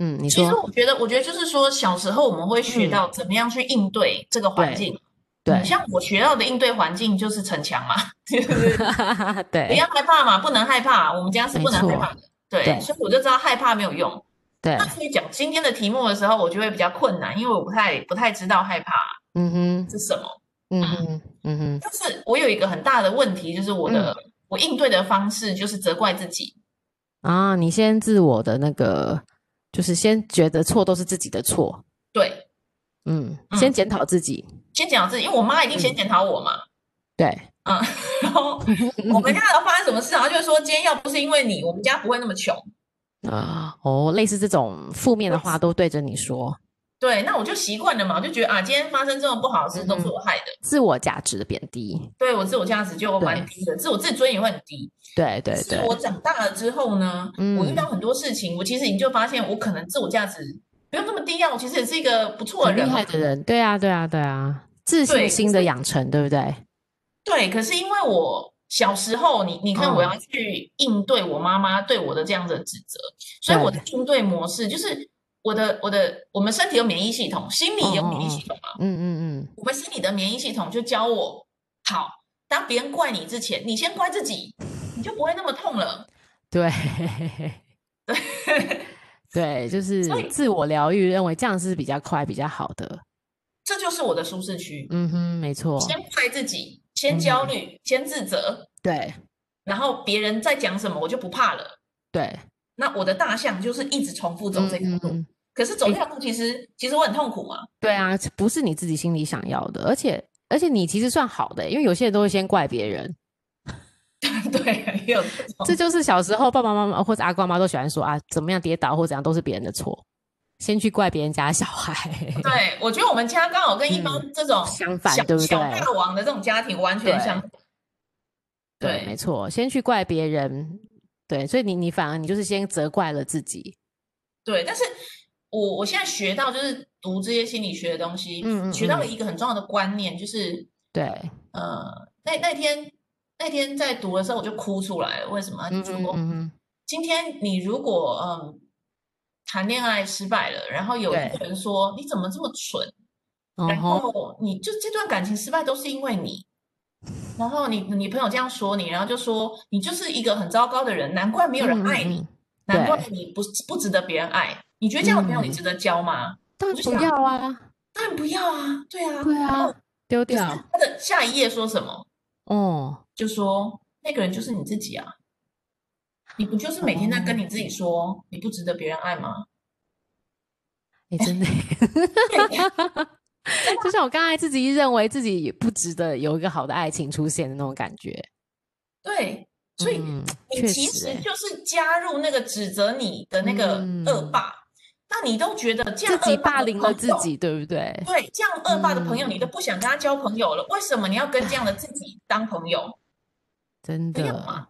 A: 嗯，你
B: 其实
A: 说
B: 我觉得，我觉得就是说，小时候我们会学
A: 嗯
B: 到怎么样去应对这个环
A: 对
B: 境。
A: 对
B: 嗯，像我学到的应对环境就是逞强嘛， 就是不
A: 对
B: 要害怕嘛，不能害怕。我们家是
A: 没
B: 不能害
A: 错
B: 怕的，对，
A: 对
B: 所以我就知道害怕没有用。
A: 对
B: 那，所以讲今天的题目的时候，我就会比较困难，因为我不太不太知道害怕
A: 嗯哼，
B: 是什么。
A: 嗯哼，嗯哼，
B: 但是我有一个很大的问题，就是我的
A: 嗯
B: 我应对的方式就是责怪自己。
A: 啊，你先自我的那个，就是先觉得错都是自己的错，
B: 对，
A: 嗯，先检讨自己，
B: 先讲自己，因为我妈一
A: 嗯
B: 定先检讨我嘛。
A: 对。
B: 嗯，然后我们家有发生什么事，然后就说今天要不是因为你，我们家不会那么穷。
A: 啊，哦，类似这种负面的话都对着你说，
B: 对，那我就习惯了嘛，我就觉得啊，今天发生这么不好的事
A: 嗯
B: 都是我害的，
A: 自我价值的贬低。
B: 对我自我价值就蛮低的，自我自尊也会很低。
A: 对对
B: 是
A: 对，嗯
B: 我长大了之后呢，我遇到很多事情，我其实你就发现我可能自我价值不用那么低啊，我其实也是一个不错的
A: 很厉
B: 人嘛。
A: 害的人，对啊对啊对啊，自
B: 对
A: 信
B: 可
A: 心的
B: 是
A: 养成，对不对？
B: 对，可是因为我小时候，你
A: 嗯
B: 你看，我要去应对我妈妈对我的这样的指责，所以我的应对模式就是我的我的我们身体有免疫系统，心理也有免疫系统嘛。
A: 嗯嗯
B: 我们心理的免疫系统就教我，好，当别人怪你之前，你先怪自己，你就不会那么痛了。
A: 嗯，对 对，就是
B: 所以
A: 自我疗愈，认为这样是比较快、比较好的。
B: 这就是我的舒适区，
A: 嗯哼，没错，嗯
B: 先怪自己，先焦虑，先自责，
A: 对
B: 然后别人在讲什么，我就不怕了。
A: 对，
B: 那我的大象就是一直重复走
A: 嗯
B: 这条
A: 嗯
B: 路。
A: 嗯
B: 可是走这条路其实、其实我很痛苦嘛。
A: 对啊，不是你自己心里想要的，而且而且你其实算好的，因为有些人都会先怪别人，
B: 对，也有这种
A: 这就是小时候爸爸妈妈或者阿公阿妈都喜欢说啊，怎么样跌倒或怎样都是别人的错，先去怪别人家小孩。
B: 对，我觉得我们家刚好跟一般这种
A: 嗯相反
B: 小
A: 对不
B: 小
A: 对
B: 大王的这种家庭完全
A: 对
B: 相反。
A: 对，没错，先去怪别人。对，所以你你反而你就是先责怪了自己。
B: 对，但是我我现在学到就是读这些心理学的东西，
A: 嗯嗯
B: 学到了
A: 嗯
B: 一个很重要的观念，就是
A: 对，
B: 呃，那那天那天在读的时候我就哭出来了，为什么？
A: 嗯
B: 就
A: 嗯
B: 说
A: 嗯
B: 今天你如果嗯谈恋爱失败了，然后有一
A: 对
B: 个人说你怎么这么蠢，
A: 嗯，
B: 然
A: 然后
B: 后你就这段感情失败都是因为你，然后你你朋友这样说你，然后就说你就是一个很糟糕的人，难怪没有人爱你，，
A: 嗯嗯嗯
B: 难怪你不不值得别人爱。你觉得这样的朋友你
A: 嗯
B: 值得交吗？
A: 当
B: 我
A: 然
B: 就
A: 不
B: 想
A: 要啊，
B: 当然不要啊，对啊。
A: 对啊，丢
B: 可是
A: 掉。
B: 他的下一页说什么？
A: 哦，
B: 就说那个人就是你自己啊，你不就是每天在
A: 哦
B: 跟你自己说你不值得别人爱吗？
A: 哎，真的耶，就像我刚才自己认为自己不值得有一个好的爱情出现的那种感觉。
B: 对，所以
A: 嗯
B: 你
A: 确
B: 其
A: 实
B: 实
A: 欸
B: 就是加入那个指责你的那个
A: 嗯
B: 恶霸，那你都觉得这样
A: 自己
B: 恶
A: 霸
B: 霸的
A: 凌
B: 朋
A: 了自
B: 友
A: 己，对不对？
B: 对，这样恶霸的朋友，
A: 嗯
B: 你都不想跟他交朋友了，为什么你要跟这样的自己当朋友？
A: 真
B: 没有啊
A: 的，
B: 嘛，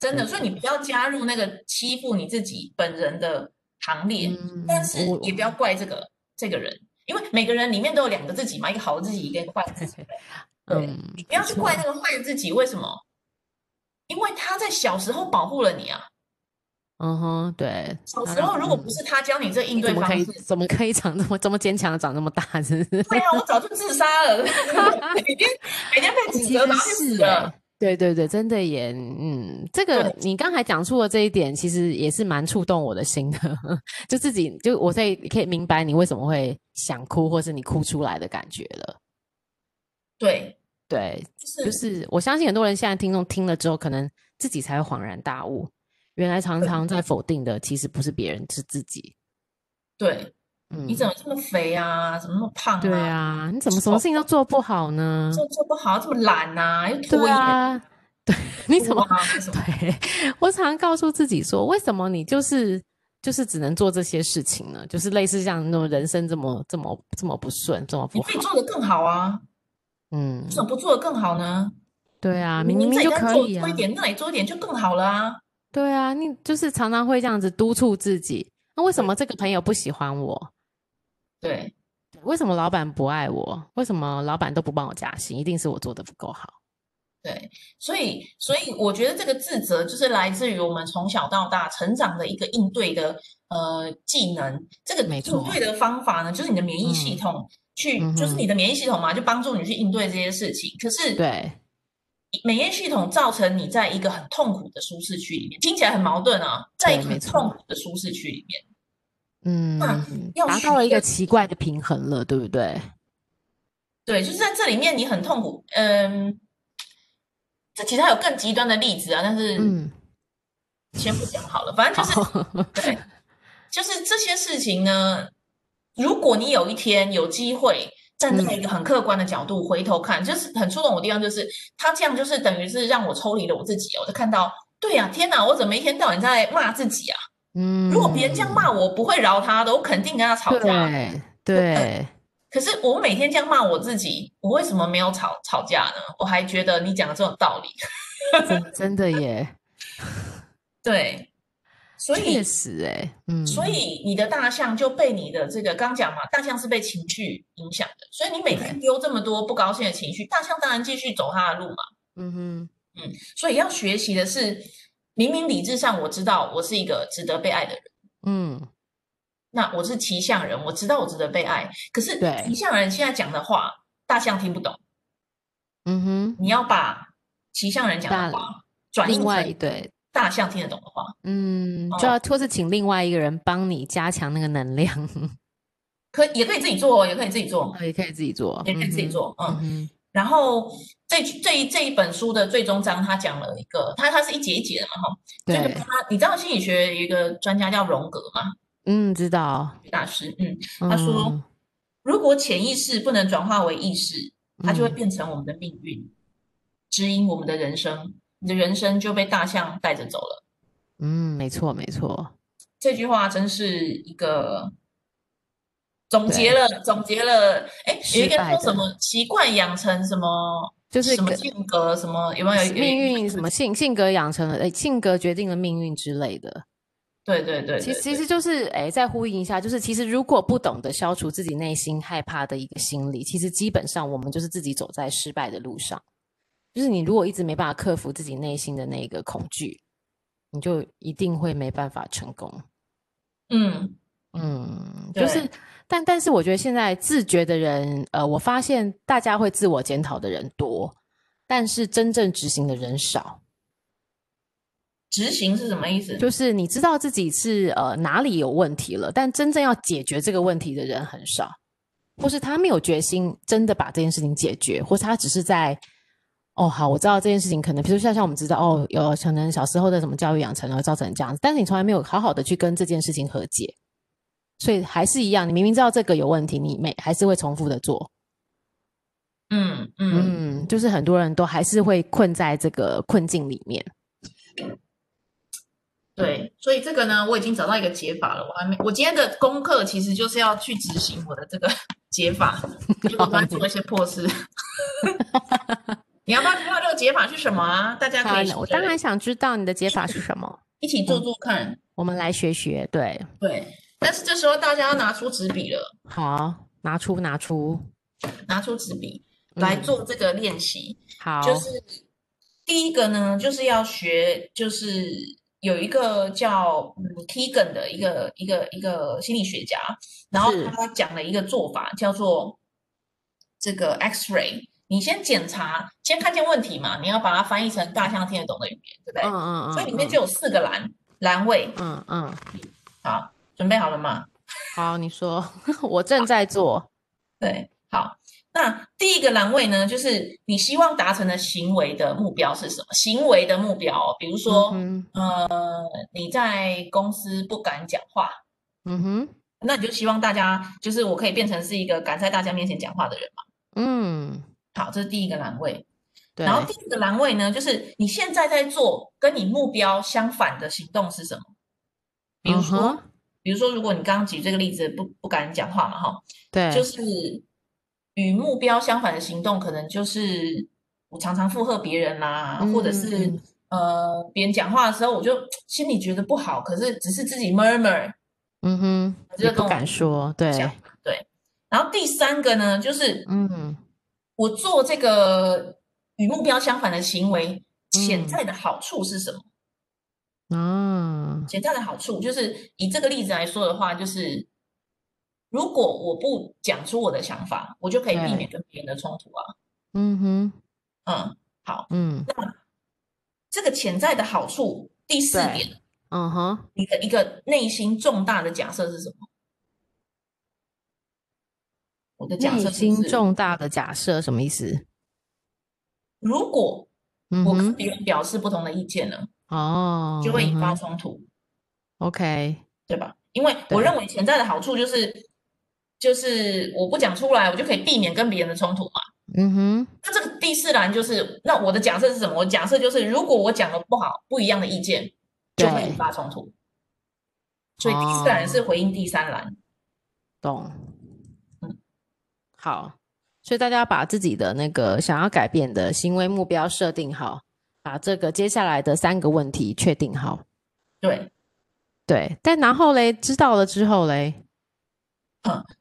B: 真的，
A: 真
B: 所以你不要加入那个欺负你自己本人的行列，
A: 嗯
B: 但是
A: 我
B: 也不要怪这个这个人，因为每个人里面都有两个自己嘛，一个好自己，一个坏 自己。对
A: 嗯，
B: 你不要
A: 没
B: 去
A: 错
B: 怪那个坏自己，为什么？因为他在小时候保护了你啊。
A: 嗯哼，对，
B: 小
A: 他
B: 时
A: 让
B: 候如果
A: 嗯
B: 不是他教你这应
A: 你
B: 对
A: 怎么可
B: 方
A: 以
B: 式，
A: 怎么可以长这么这么坚强的长这么大，真是。
B: 对啊，我早就自杀了， 每天每天被指
A: 其
B: 责，
A: 实
B: 然后就死
A: 是
B: 了
A: 欸。对对对，真的也，嗯，这个
B: 对
A: 你刚才讲出的这一点，其实也是蛮触动我的心的。 就自己，就我可以可以明白你为什么会想哭，或是你哭出来的感觉了。
B: 对，
A: 对，
B: 就是
A: 就是我相信很多人现在听众听了之后，可能自己才会恍然大悟，原来常
B: 对
A: 常在否定的其实不是别人，是自己。
B: 对，
A: 嗯，
B: 你怎么这么肥啊？怎么那么胖啊？
A: 对啊？你怎么什么事情都做不好呢？
B: 做做不好，这么懒啊，又拖
A: 对
B: 延
A: 啊，对，你怎么
B: 啊？为什么？
A: 对，我常告诉自己说，为什么你就是就是只能做这些事情呢？就是类似像那种人生这么这么这么不顺，这么
B: 你
A: 不好
B: 可以。做得更好啊，
A: 嗯
B: 为，什么不做得更好呢？
A: 对啊，
B: 你
A: 明明明
B: 这
A: 就
B: 里再
A: 可
B: 做
A: 以啊
B: 多一。点，那里做一点就更好了啊。
A: 对啊，你就是常常会这样子督促自己。那为什么这个朋友不喜欢我？
B: 对，
A: 为什么老板不爱我？为什么老板都不帮我加薪？一定是我做的不够好。
B: 对，所以，所以我觉得这个自责就是来自于我们从小到大成长的一个应对的呃技能。这个
A: 没
B: 应
A: 错
B: 对的方法呢，就是你的免疫系
A: 嗯
B: 统去，
A: 嗯
B: 就是
A: 哼
B: 你的免疫系统嘛，就帮助你去应对这些事情。可是，
A: 对，
B: 免疫系统造成你在一个很痛苦的舒适区里面，听起来很矛盾啊，在一
A: 对
B: 个
A: 没
B: 很
A: 错
B: 痛苦的舒适区里面，
A: 嗯，
B: 要
A: 达
B: 学
A: 到了一个
B: 会
A: 奇怪的平衡了，对不对？
B: 对，就是在这里面你很痛苦。嗯，这其实还有更极端的例子啊，但是
A: 嗯，
B: 先不讲好了，反正就是。
A: 好，
B: 对，就是这些事情呢，如果你有一天有机会站在
A: 嗯
B: 一个很客观的角度回头看，就是很触动我的地方，就是他这样就是等于是让我抽离了我自己，我哦就看到，对呀、天哪，我怎么一天到晚在骂自己啊？
A: 嗯，
B: 如果别人这样骂我，不会饶他的，我肯定跟他吵架。
A: 对对，
B: 可是我每天这样骂我自己，我为什么没有吵吵架呢？我还觉得你讲的这种道理，
A: 真真的耶，
B: 对，所以
A: 确实哎，嗯，
B: 所以你的大象就被你的这个刚讲嘛，大象是被情绪影响的，所以你每天丢这么多不高兴的情绪，大象当然继续走它的路嘛。
A: 嗯哼，
B: 所以要学习的是，明明理智上我知道我是一个值得被爱的人，
A: 嗯，
B: 那我是骑象人，我知道我值得被爱，可是
A: 对
B: 骑象人现在讲的话，大象听不懂，
A: 嗯哼，
B: 你要把骑象人讲的
A: 大
B: 话转译
A: 另外一
B: 成
A: 对，
B: 大象听得懂的话。
A: 嗯，
B: 哦
A: 就要或是请另外一个人帮你加强那个能量，
B: 可也可以自己做哦，也可以自己做，
A: 也可以自己做，
B: 也可以自己
A: 嗯哼，
B: 做，嗯
A: 嗯。哼，
B: 然后这这一这一本书的最终章，他讲了一个，他他是一节一节的嘛，哈，就是
A: 对，
B: 他你知道心理学有一个专家叫荣格嘛，
A: 嗯，知道，
B: 大师，嗯，他说
A: 嗯
B: 如果潜意识不能转化为意识，它就会
A: 嗯
B: 变成我们的命运，指引我们的人生，你的人生就被大象带着走了。
A: 嗯，没错没错，
B: 这句话真是一个总结了，总结了，哎，有
A: 失
B: 一个人
A: 败
B: 说什
A: 的
B: 么习惯养成什么
A: 就是
B: 什么
A: 个
B: 性格什么有没呃有有
A: 命
B: 有
A: 运什么性性格养成了，哎，性格决定了命运之类的，
B: 对对对，
A: 其
B: 对
A: 实其实就是诶，再呼应一下，就是其实如果不懂得消除自己内心害怕的一个心理，其实基本上我们就是自己走在失败的路上。就是你如果一直没办法克服自己内心的那个恐惧，你就一定会没办法成功。
B: 嗯，
A: 嗯，就是
B: 对，
A: 但但是我觉得现在自觉的人，呃，我发现大家会自我检讨的人多，但是真正执行的人少。
B: 执行是什么意思？
A: 就是你知道自己是呃哪里有问题了，但真正要解决这个问题的人很少，或是他没有决心真的把这件事情解决，或是他只是在哦好，我知道这件事情可能，比如像像我们知道哦，有可能小时候的什么教育养成而造成这样子，但是你从来没有好好的去跟这件事情和解，所以还是一样，你明明知道这个有问题，你每还是会重复的做，
B: 嗯嗯，嗯
A: 嗯嗯，就是很多人都还是会困在这个困境里面，
B: 对，所以这个呢，我已经找到一个解法了。我还没，我今天的功课其实就是要去执行我的这个解法，就不断做一些破事。 你要不要知道这个解法是什么啊？大家可以
A: 我嗯当然想知道你的解法是什么，
B: 一起做做看。
A: 我们来学学。对，
B: 对，但是这时候大家要拿出纸笔了，
A: 好，拿出拿出，
B: 拿出纸笔来
A: 嗯
B: 做这个练习。
A: 好，
B: 就是第一个呢，就是要学，就是有一个叫嗯 Keegan 的一个一个一个心理学家，然后
A: 是
B: 他讲了一个做法，叫做这个 X-ray。你先检查，先看见问题嘛，你要把它翻译成大象听得懂的语言，对不对？
A: 嗯嗯嗯，
B: 所以里面就有四个栏栏位，
A: 嗯嗯，嗯
B: 好，准备好了吗？
A: 好，你说， 我正在做，
B: 对，好。那第一个栏位呢，就是你希望达成的行为的目标是什么？行为的目标哦，比如说，
A: 嗯
B: 呃，你在公司不敢讲话，
A: 哼嗯哼，
B: 那你就希望大家就是我可以变成是一个敢在大家面前讲话的人
A: 嗯，
B: 嘛。好，这是第一个栏位。
A: 对，
B: 然后第二个栏位呢，就是你现在在做跟你目标相反的行动是什么？比如
A: 嗯
B: 说，
A: 哼
B: 比如说，如果你刚刚举这个例子，不不敢讲话嘛，哈，
A: 对，
B: 就是与目标相反的行动，可能就是我常常附和别人啦，或者是
A: 嗯嗯
B: 呃别人讲话的时候，我就心里觉得不好，可是只是自己 murmur
A: 嗯哼，
B: 这个
A: 也
B: 跟
A: 不
B: 我
A: 敢说，对，
B: 讲。对，然后第三个呢，就是
A: 嗯
B: 我做这个与目标相反的行为，潜
A: 嗯
B: 在的好处是什么？
A: 啊，
B: 潜在的好处就是以这个例子来说的话，就是如果我不讲出我的想法，我就可以避免跟别人的冲突啊。
A: 嗯哼，
B: 嗯，好。
A: 嗯
B: 这个潜在的好处，第四
A: 对
B: 点，
A: 嗯哼，
B: 你的一个内心重大的假设是什么？我的假
A: 内
B: 设
A: 心
B: 就是，
A: 重大的假设什么意思？
B: 如果
A: 嗯
B: 我跟
A: 哼，
B: 别人表示不同的意见呢，
A: 哦，
B: 就会引发
A: 嗯哼
B: 冲突，
A: ，OK，
B: 对吧？因为我
A: 对
B: 认为潜在的好处就是，就是我不讲出来，我就可以避免跟别人的冲突嘛。
A: 嗯哼，
B: 那这个第四栏就是，那我的假设是什么？我假设就是，如果我讲了不好、不一样的意见，就会
A: 对哦
B: 引发冲突。所以第四栏是回应第三栏。
A: 懂
B: 嗯。
A: 好，所以大家把自己的那个想要改变的行为目标设定好，把这个接下来的三个问题确定好。
B: 对，
A: 对，但然后嘞，知道了之后嘞，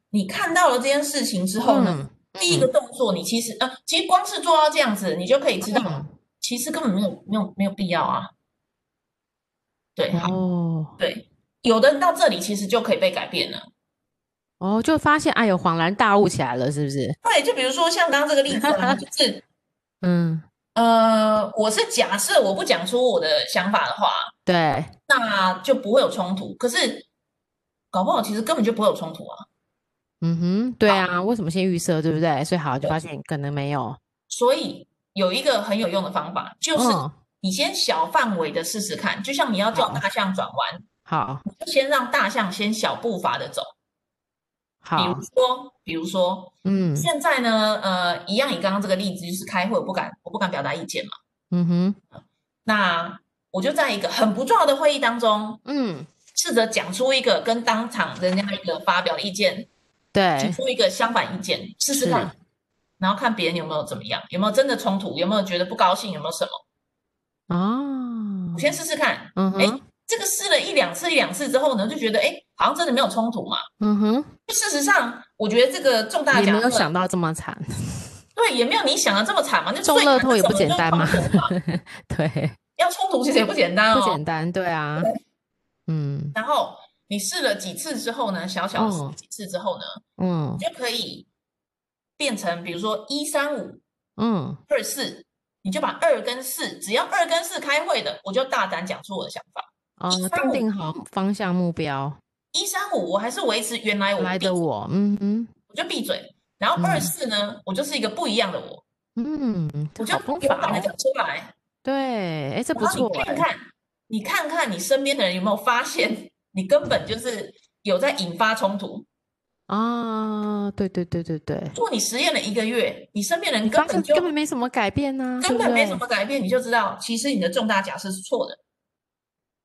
B: 你看到了这件事情之后呢，
A: 嗯，
B: 第一个动作你其实呃，其实光是做到这样子，你就可以知道，
A: 嗯
B: 其实根本没有没有没有必要啊。对，啊好，
A: 哦
B: 对，有的人到这里其实就可以被改变了。
A: 哦，就发现哎呦，恍然大悟起来了，是不是？
B: 对，就比如说像刚刚这个 例子啊，就是
A: 嗯，
B: 呃，我是假设我不讲出我的想法的话，
A: 对，
B: 那就不会有冲突。可是搞不好其实根本就不会有冲突啊。
A: 嗯哼，对啊，为什么先预设，对不对？所以好，就
B: 对
A: 发现可能没有，
B: 所以有一个很有用的方法，就是
A: 嗯，
B: 你先小范围的试试看，就像你要叫
A: 好
B: 大象转弯。
A: 好
B: 就先让大象先小步伐的走。比
A: 好
B: 如，说，比如说，
A: 嗯
B: 现在呢，呃，一样以刚刚这个例子，就是开会我不敢，我不敢表达意见嘛。
A: 嗯哼，
B: 那我就在一个很不重要的会议当中，
A: 嗯，
B: 试着讲出一个跟当场人家一个发表的意见，提
A: 对，
B: 出一个相反意见，试试看，然后看别人有没有怎么样，有没有真的冲突，有没有觉得不高兴，有没有什么，
A: 哦
B: 我，先试试看。
A: 嗯
B: 哎
A: 哼，，
B: 这个试了一两次、一两次之后呢，就觉得哎，诶好像真的没有冲突嘛。
A: 嗯哼，
B: 事实上，我觉得这个重大
A: 也
B: 假
A: 没有
B: 设
A: 想到这么惨，
B: 对，也没有你想的这么惨嘛。那
A: 中
B: 最
A: 乐
B: 惨
A: 透
B: 的
A: 也
B: 时
A: 不
B: 候
A: 简
B: 就是
A: 单
B: 冲
A: 嘛
B: 突嘛
A: 对，
B: 要冲突其实也不简单
A: 不
B: 哦
A: 简。单，对啊，嗯
B: 然后你试了几次之后呢，小小的
A: 哦
B: 试几次之后呢，
A: 嗯
B: 你就可以变成比如说一三五
A: 嗯，
B: 二四，你就把二跟四，只要二跟四开会的，我就大胆讲出我的想法。
A: 哦，
B: 15
A: 定定好方向目标，
B: 一三五我还是维持原来我
A: 本来
B: 闭
A: 的
B: 嘴
A: 我，嗯嗯
B: 我就闭嘴。然后二四呢，我就是一个不一样的我，
A: 嗯，这
B: 我就
A: 好方
B: 勇敢
A: 法
B: 的
A: 哦
B: 讲，出来。
A: 对，哎，这不
B: 然后
A: 错
B: 你看
A: 哎，
B: 看，你看看你身边的人有没有发现，你根本就是有在引发冲突。
A: 啊，对对对对对，
B: 如果你实验了一个月，你身边人
A: 发
B: 根
A: 现
B: 本就
A: 根本没什么改变呐，对
B: 根
A: 不
B: 本没什
A: 对
B: 么改变，你就知道其实你的重大假设是错的。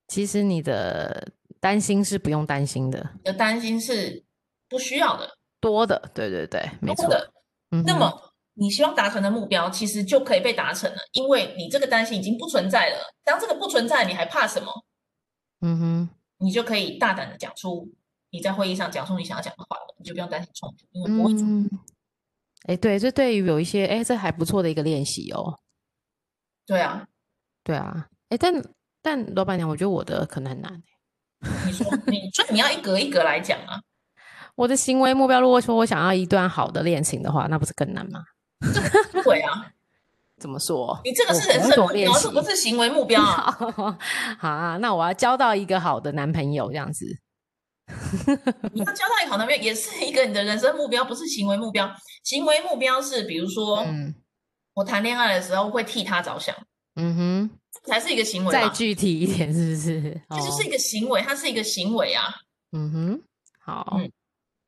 A: 其实你的担心是不用担心的，
B: 你的担心是不需要的，
A: 多的，对对对，没
B: 多
A: 错。
B: 的。
A: 嗯哼
B: 那么你希望达成的目标，其实就可以被达成了，因为你这个担心已经不存在了。当这个不存在，你还怕什么？
A: 嗯哼，
B: 你就可以大胆的讲出你在会议上讲出你想要讲的话了，你就不用担心冲突，因为不会冲突。
A: 嗯，哎，对，这对于有一些，哎，这还不错的一个练习哦。
B: 对啊，
A: 对啊，哎，但但老板娘，我觉得我的可能很难。欸
B: 你说你，所以你要一格一格来讲啊，
A: 我的行为目标，如果说我想要一段好的恋情的话，那不是更难吗？
B: 不会啊，
A: 怎么说？
B: 你这个
A: 我
B: 是人
A: 不
B: 生
A: 懂
B: 目
A: 练
B: 标，
A: 习
B: 这不是行为目标 啊。
A: 啊，那我要交到一个好的男朋友这样子。
B: 你要交到一个好男朋友，也是一个你的人生目标，不是行为目标。行为目标是，比如说
A: 嗯
B: 我谈恋爱的时候会替他着想，
A: 嗯哼，
B: 这才是一个行为
A: 再
B: 嘛。
A: 具体一点是不是？
B: 这就是
A: 哦
B: 一个行为，它是一个行为啊。
A: 嗯哼，好，
B: 嗯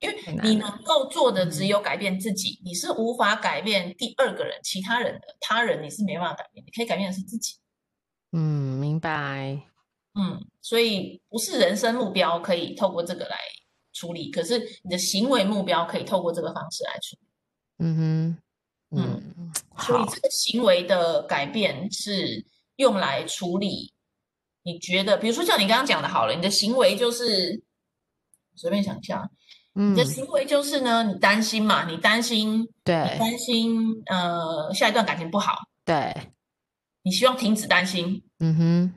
B: 因为
A: 太难
B: 你
A: 了
B: 能够做的只
A: 嗯
B: 有改变自己，你是无法改变第二个人、其他人的，他人你是没办法改变，你可以改变的是自己。
A: 嗯，明白。
B: 嗯，所以不是人生目标可以透过这个来处理，可是你的行为目标可以透过这个方式来处理。
A: 嗯哼，
B: 嗯
A: 嗯，
B: 所以
A: 好，
B: 这个行为的改变是用来处理你觉得，比如说像你刚刚讲的，好了，你的行为就是随便想一下，啊
A: 嗯
B: 你的，行为就是呢，你担心嘛，你担心你
A: 对
B: 担心呃下一段感情不好，
A: 对，
B: 你希望停止担心，
A: 嗯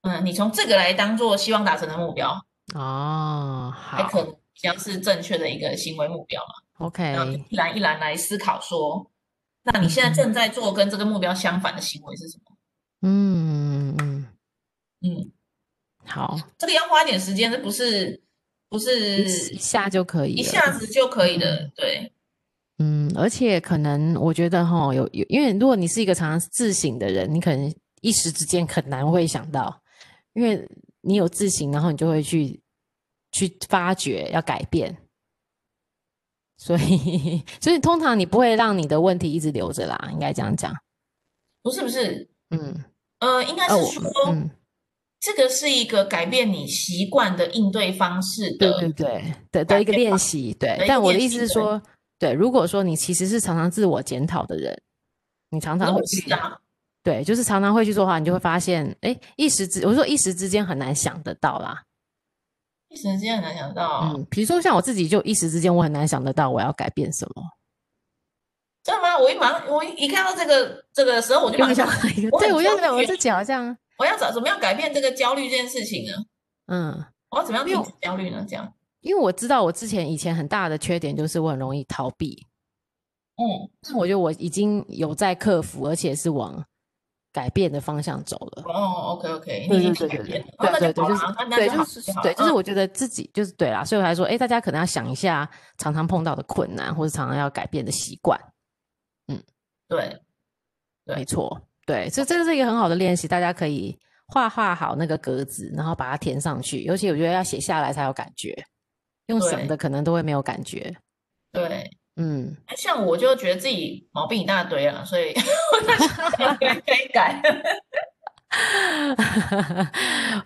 B: 嗯，你从这个来当做希望达成的目标，
A: 哼，哦，
B: 才
A: 好
B: 可能比较是正确的一个行为目标嘛。然后就
A: ，OK，
B: 一栏一栏来思考说，那你现在正在做跟这个目标相反的行为是什么？
A: 嗯嗯嗯，
B: 嗯，
A: 好，
B: 这个要花一点时间，这不是不
A: 一
B: 是
A: 一下就可以了，
B: 一下子就可以的，对，
A: 嗯，而且可能我觉得哈，有有，因为如果你是一个常常自省的人，你可能一时之间很难会想到，因为你有自省，然后你就会去去发掘要改变，所以 所以通常你不会让你的问题一直留着啦，应该这样讲。
B: 不是不是，
A: 嗯，
B: 呃，应该
A: 哦，
B: 是
A: 我
B: 说。
A: 嗯，
B: 这个是一个改变你习惯的应对方式
A: 对
B: 的，
A: 对对的
B: 改
A: 的一个
B: 变
A: 练
B: 吧
A: 习，
B: 的
A: 对
B: 一。
A: 但
B: 个
A: 我的
B: 练
A: 意思
B: 习
A: 是
B: 对
A: 说，对，如果说你其实是常常自我检讨的人，你常常
B: 那
A: 会
B: 我
A: 去
B: 是啊，
A: 对，就是常常会去做的话，你就会发现，哎，一时之我说一时之间很难想得到啦。
B: 一时之间很难想到，
A: 嗯，比如说像我自己，就一时之间我很难想得到我要改变什么，
B: 知道吗？我一忙，我一看到这个这个时候，我就马
A: 就
B: 上
A: 想，
B: 我
A: 对
B: 很
A: 我
B: 焦
A: 就觉得我
B: 虑
A: 自己好像，
B: 我要找怎么样改变这个焦虑这件事情呢？
A: 嗯，
B: 我要怎么样
A: 没有
B: 停止焦虑呢？这样，
A: 因为我知道我之前以前很大的缺点就是我很容易逃避，
B: 嗯，
A: 但我觉得我已经有在克服，而且是往改变的方向走了。
B: 哦，OK OK，
A: 对
B: 你已
A: 对
B: 经
A: 对
B: 改
A: 对
B: 变了，
A: 对
B: 哦那
A: 对对，
B: 就好
A: 就是
B: 了，那那
A: 对，
B: 就好
A: 就
B: 了，
A: 是
B: 就好了
A: 对，就是
B: 嗯
A: 我觉得自己就是对啦，所以我才说，哎，大家可能要想一下，常常碰到的困难，或者常常要改变的习惯，
B: 对，对
A: 没错，对，这这个是一个很好的练习，大家可以画画好那个格子，然后把它填上去，尤其我觉得要写下来才有感觉，用想
B: 对
A: 的可能都会没有感觉，
B: 对。哎
A: 嗯，
B: 像我就觉得自己毛病一大堆了，所以我在想改改改。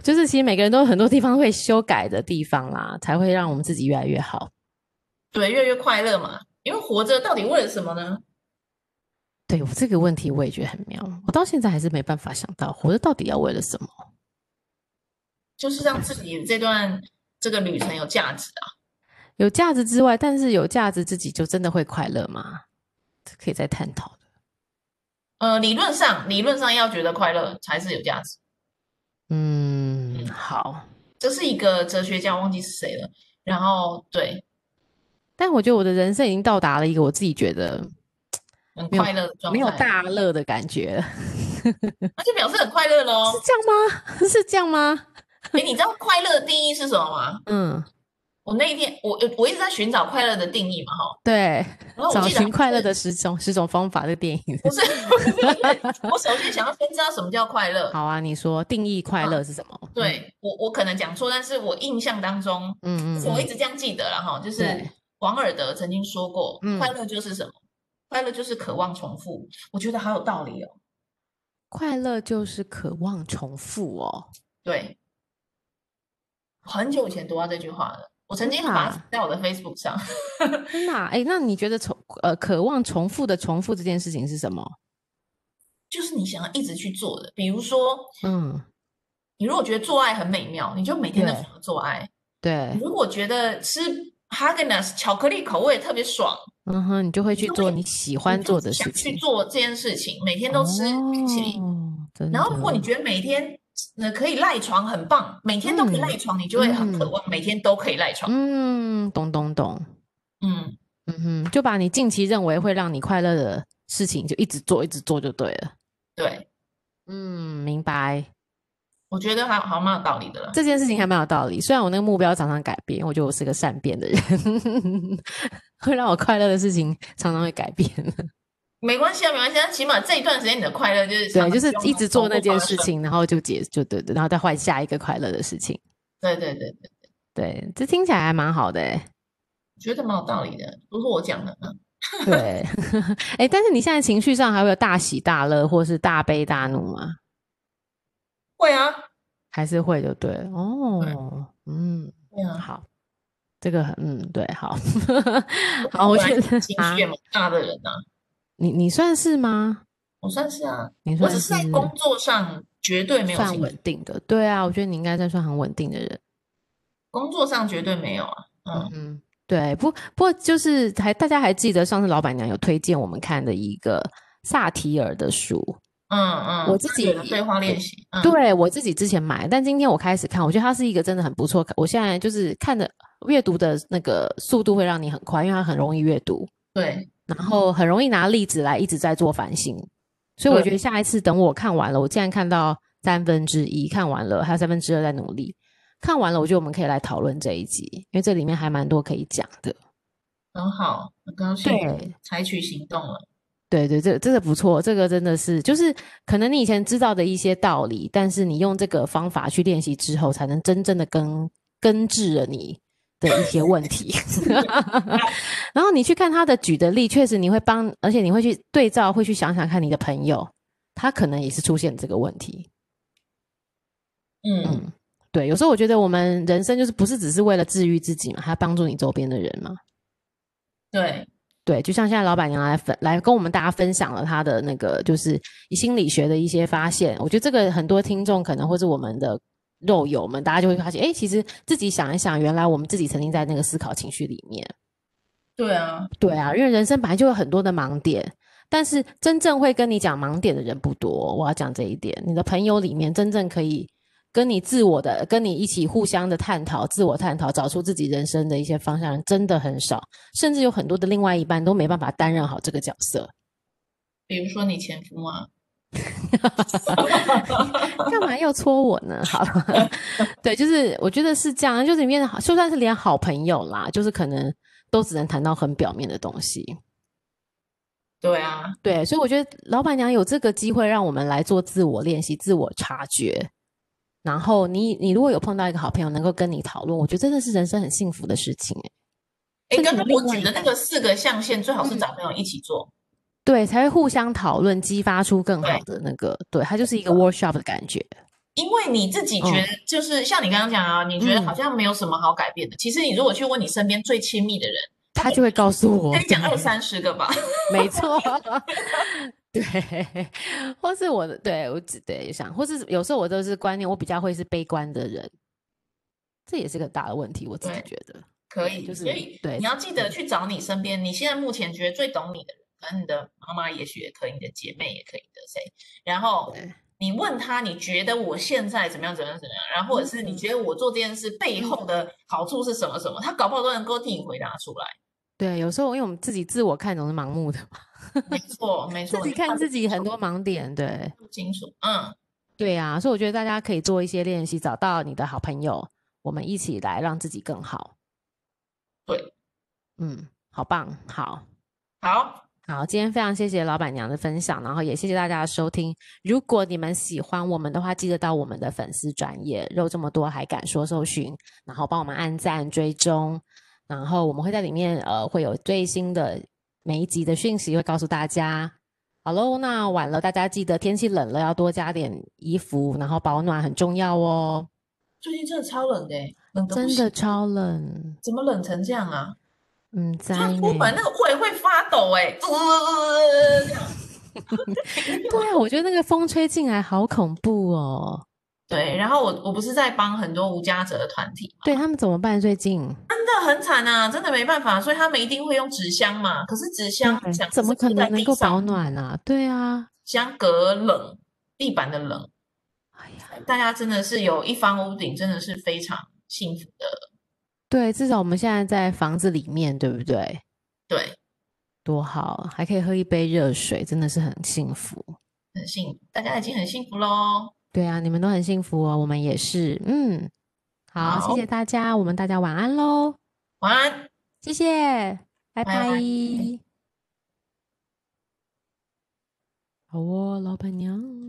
A: 就是其实每个人都有很多地方会修改的地方啦，才会让我们自己越来越好。
B: 对，越来越快乐嘛。因为活着到底为了什么呢？
A: 对我这个问题，我也觉得很妙，我到现在还是没办法想到活着到底要为了什么。
B: 就是让自己这段这个旅程有价值啊。
A: 有价值之外，但是有价值自己就真的会快乐吗？这可以再探讨的。
B: 呃，理论上，理论上要觉得快乐才是有价值，
A: 嗯，
B: 嗯
A: 好。
B: 这是一个哲学家，忘记是谁了。然后对，
A: 但我觉得我的人生已经到达了一个我自己觉得
B: 很
A: 没有
B: 快乐的状
A: 没
B: 态，
A: 有大乐的感觉了，
B: 那就表示很快乐喽
A: 是。这样吗？ 是这样吗？
B: 哎，你知道快乐的定义是什么吗？
A: 嗯，
B: 我那一天，我我一直在寻找快乐的定义嘛，哈。
A: 对，
B: 然哦后我
A: 找
B: 记得
A: 寻快乐
B: 是
A: 的十种十种方法的电影。
B: 不是，我首先想要先知道什么叫快乐。
A: 好啊，你说定义快乐是什么？
B: 啊对我，我可能讲错，但是我印象当中，
A: 嗯，嗯
B: 我一
A: 嗯，
B: 直这样记得了哈，就是
A: 对
B: 王尔德曾经说过，
A: 嗯
B: 快乐就是什么？快乐就是渴望重复。我觉得好有道理哦。
A: 快乐就是渴望重复哦。
B: 对，很久以前读到这句话了，我曾经
A: 真的
B: 把它
A: 啊
B: 写在我的 Facebook 上。
A: 真的啊、哎、那你觉得重呃渴望重复的重复这件事情是什么？
B: 就是你想要一直去做的。比如说，
A: 嗯，
B: 你如果觉得做爱很美妙，你就每天都
A: 对
B: 想要做爱；
A: 对
B: 你，如果觉得吃 Häagen-Dazs 巧克力口味特别爽，
A: 嗯哼，你就会去
B: 就
A: 做
B: 会
A: 你喜
B: 你
A: 欢
B: 就
A: 做的
B: 想
A: 事
B: 去
A: 情，
B: 做这件事情，每天都吃冰淇淋。
A: 哦、真
B: 然后，如果你
A: 的
B: 觉得每天呃可以赖床很棒，每天都可以赖床，你就会很渴
A: 嗯
B: 望每天都可以赖床。
A: 嗯，懂懂懂，
B: 嗯，
A: 嗯哼，就把你近期认为会让你快乐的事情就一直做，一直做就对了。
B: 对，
A: 嗯，明白。
B: 我觉得还好像蛮有道理的了。
A: 这件事情还蛮有道理。虽然我那个目标常常改变，我觉得我是个善变的人，会让我快乐的事情常常会改变。
B: 没关系啊，没关系啊，起码这一段时间你的快乐就是
A: 对，
B: 常
A: 就是
B: 常
A: 一直做
B: 重复
A: 那件
B: 发
A: 事
B: 生。
A: 情，然后就结就对对，然后再换下一个快乐的事情。
B: 对对对，对
A: 对，这听起来还蛮好的哎。
B: 我觉得蛮有道理的，不是我讲的吗？
A: 对，哎，但是你现在情绪上还会有大喜大乐，或是大悲大怒吗？
B: 会啊，
A: 还是会就对了哦，嗯，
B: 对啊，
A: 好，这个很嗯对，好，
B: 我
A: 好，我
B: 本
A: 觉
B: 来
A: 得
B: 情
A: 啊
B: 绪也，蛮大的人啊，
A: 你你算是吗？
B: 我算是啊，
A: 你
B: 我
A: 算
B: 只是在工作上绝对没有
A: 算
B: 情绪
A: 稳，定的，对啊，我觉得你应该算算很稳定的人。
B: 工作上绝对没有啊，嗯，
A: 嗯，对，不不过就是还大家还记得上次老板娘有推荐我们看的一个萨提尔的书，
B: 嗯嗯，
A: 啊我自
B: 那
A: 己
B: 有的对话练习，嗯，
A: 对我自己之前买，但今天我开始看，我觉得它是一个真的很不错，我现在就是看的阅读的那个速度会让你很快，因为它很容易阅读。
B: 对
A: 然
B: 嗯
A: 后很容易拿例子来一直在做反省，所以我
B: 对
A: 觉得下一次等我看完了，我既然看到三分之一看完了，还有三分之二在努力，看完了，我觉得我们可以来讨论这一集，因为这里面还蛮多可以讲的。
B: 很好，很高兴
A: 对，
B: 采取行动了，
A: 对对，这这个不错，这个真的是就是可能你以前知道的一些道理，但是你用这个方法去练习之后，才能真正的根根治了你的一些问题。 然后你去看他的举的例，确实你会帮，而且你会去对照，会去想想看你的朋友，他可能也是出现这个问题。
B: 嗯，
A: 嗯，对，有时候我觉得我们人生就是不是只是为了治愈自己嘛，还要帮助你周边的人嘛。
B: 对，
A: 对，就像现在老板娘来分来跟我们大家分享了她的那个就是心理学的一些发现，我觉得这个很多听众可能或是我们的肉友们，大家就会发现，哎，其实自己想一想，原来我们自己曾经在那个思考情绪里面。
B: 对啊，
A: 对啊，因为人生本来就有很多的盲点，但是真正会跟你讲盲点的人不多。我要讲这一点，你的朋友里面真正可以跟你自我的、跟你一起互相的探讨、自我探讨，找出自己人生的一些方向，真的很少。甚至有很多的另外一半都没办法担任好这个角色。
B: 比如说你前夫啊，
A: 干嘛要戳我呢？好了， 对，就是我觉得是这样，就是里面好，就算是连好朋友啦，就是可能都只能谈到很表面的东西。
B: 对啊，
A: 对，所以我觉得老板娘有这个机会让我们来做自我练习、自我察觉。然后你你如果有碰到一个好朋友能够跟你讨论，我觉得真的是人生很幸福的事情欸
B: 哎，
A: 这
B: 刚
A: 个嗯
B: 刚我
A: 另外
B: 举
A: 一
B: 的那个四个象限，最好是找朋友一起做，
A: 对，才会互相讨论，激发出更好的那个，对，它就是一个 workshop 的感觉。
B: 因为你自己觉
A: 嗯
B: 得，就是像你刚刚讲啊，你觉得
A: 嗯
B: 好像没有什么好改变的。其实你如果去问你身边最亲密的人，
A: 他就会告诉我，
B: 跟你讲
A: 对
B: 二三十个吧，
A: 没错，对，或是我的，对我只对想，或是有时候我都是观念，我比较会是悲观的人，这也是个大的问题，我自己
B: 对
A: 觉得。
B: 可
A: 对
B: 以，
A: 就是
B: 所以
A: 对
B: 你要记得去找你身边你现在目前觉得最懂你的人，可能你的妈妈也许也可以，你的姐妹也可以，你的谁，然后
A: 对
B: 你问他你觉得我现在怎么样怎么样怎么样，然后或者是你
A: 嗯
B: 觉得我做这件事背后的好处是什么什么，他搞不好都能够替你回答出来。
A: 对，有时候因为我们自己自我看总是盲目的嘛，
B: 没错，没
A: 自
B: 错，
A: 己
B: 你看
A: 看
B: 得
A: 自己很多盲点，对
B: 不清楚，嗯，
A: 对啊，所以我觉得大家可以做一些练习，找到你的好朋友，我们一起来让自己更好。
B: 对，
A: 嗯，好棒，好。
B: 好，
A: 好，今天非常谢谢老板娘的分享，然后也谢谢大家的收听。如果你们喜欢我们的话，记得到我们的粉丝专业肉这么多还敢说搜寻，然后帮我们按赞追踪，然后我们会在里面呃会有最新的每一集的讯息会告诉大家。好喽，那晚了，大家记得天气冷了要多加点衣服，然后保暖很重要哦。
B: 最近真的超冷的欸，冷得不
A: 真
B: 行
A: 的超冷，
B: 怎么冷成这样啊？
A: 嗯，在
B: 穿
A: 呢
B: 铺。满那个会会发抖哎、呃这样
A: 对啊，我觉得那个风吹进来好恐怖哦。
B: 对，然后我我不是在帮很多无家者的团体吗，
A: 对他们怎么办？最近
B: 真的很惨啊，真的没办法，所以他们一定会用纸箱嘛。可是纸箱
A: 对
B: 想
A: 怎么可能能够保
B: 纸
A: 暖啊？对啊，
B: 箱隔冷，地板的冷，
A: 哎呀，
B: 大家真的是有一方屋顶，真的是非常幸福的。
A: 对，至少我们现在在房子里面，对不对？
B: 对，
A: 多好，还可以喝一杯热水，真的是很幸福。
B: 很幸，大家已经很幸福喽。
A: 对啊，你们都很幸福哦，我们也是。嗯，好，
B: 好
A: 谢谢大家，我们大家晚安喽，
B: 晚安。
A: 谢谢，拜
B: 拜
A: 拜。好哦，老板娘。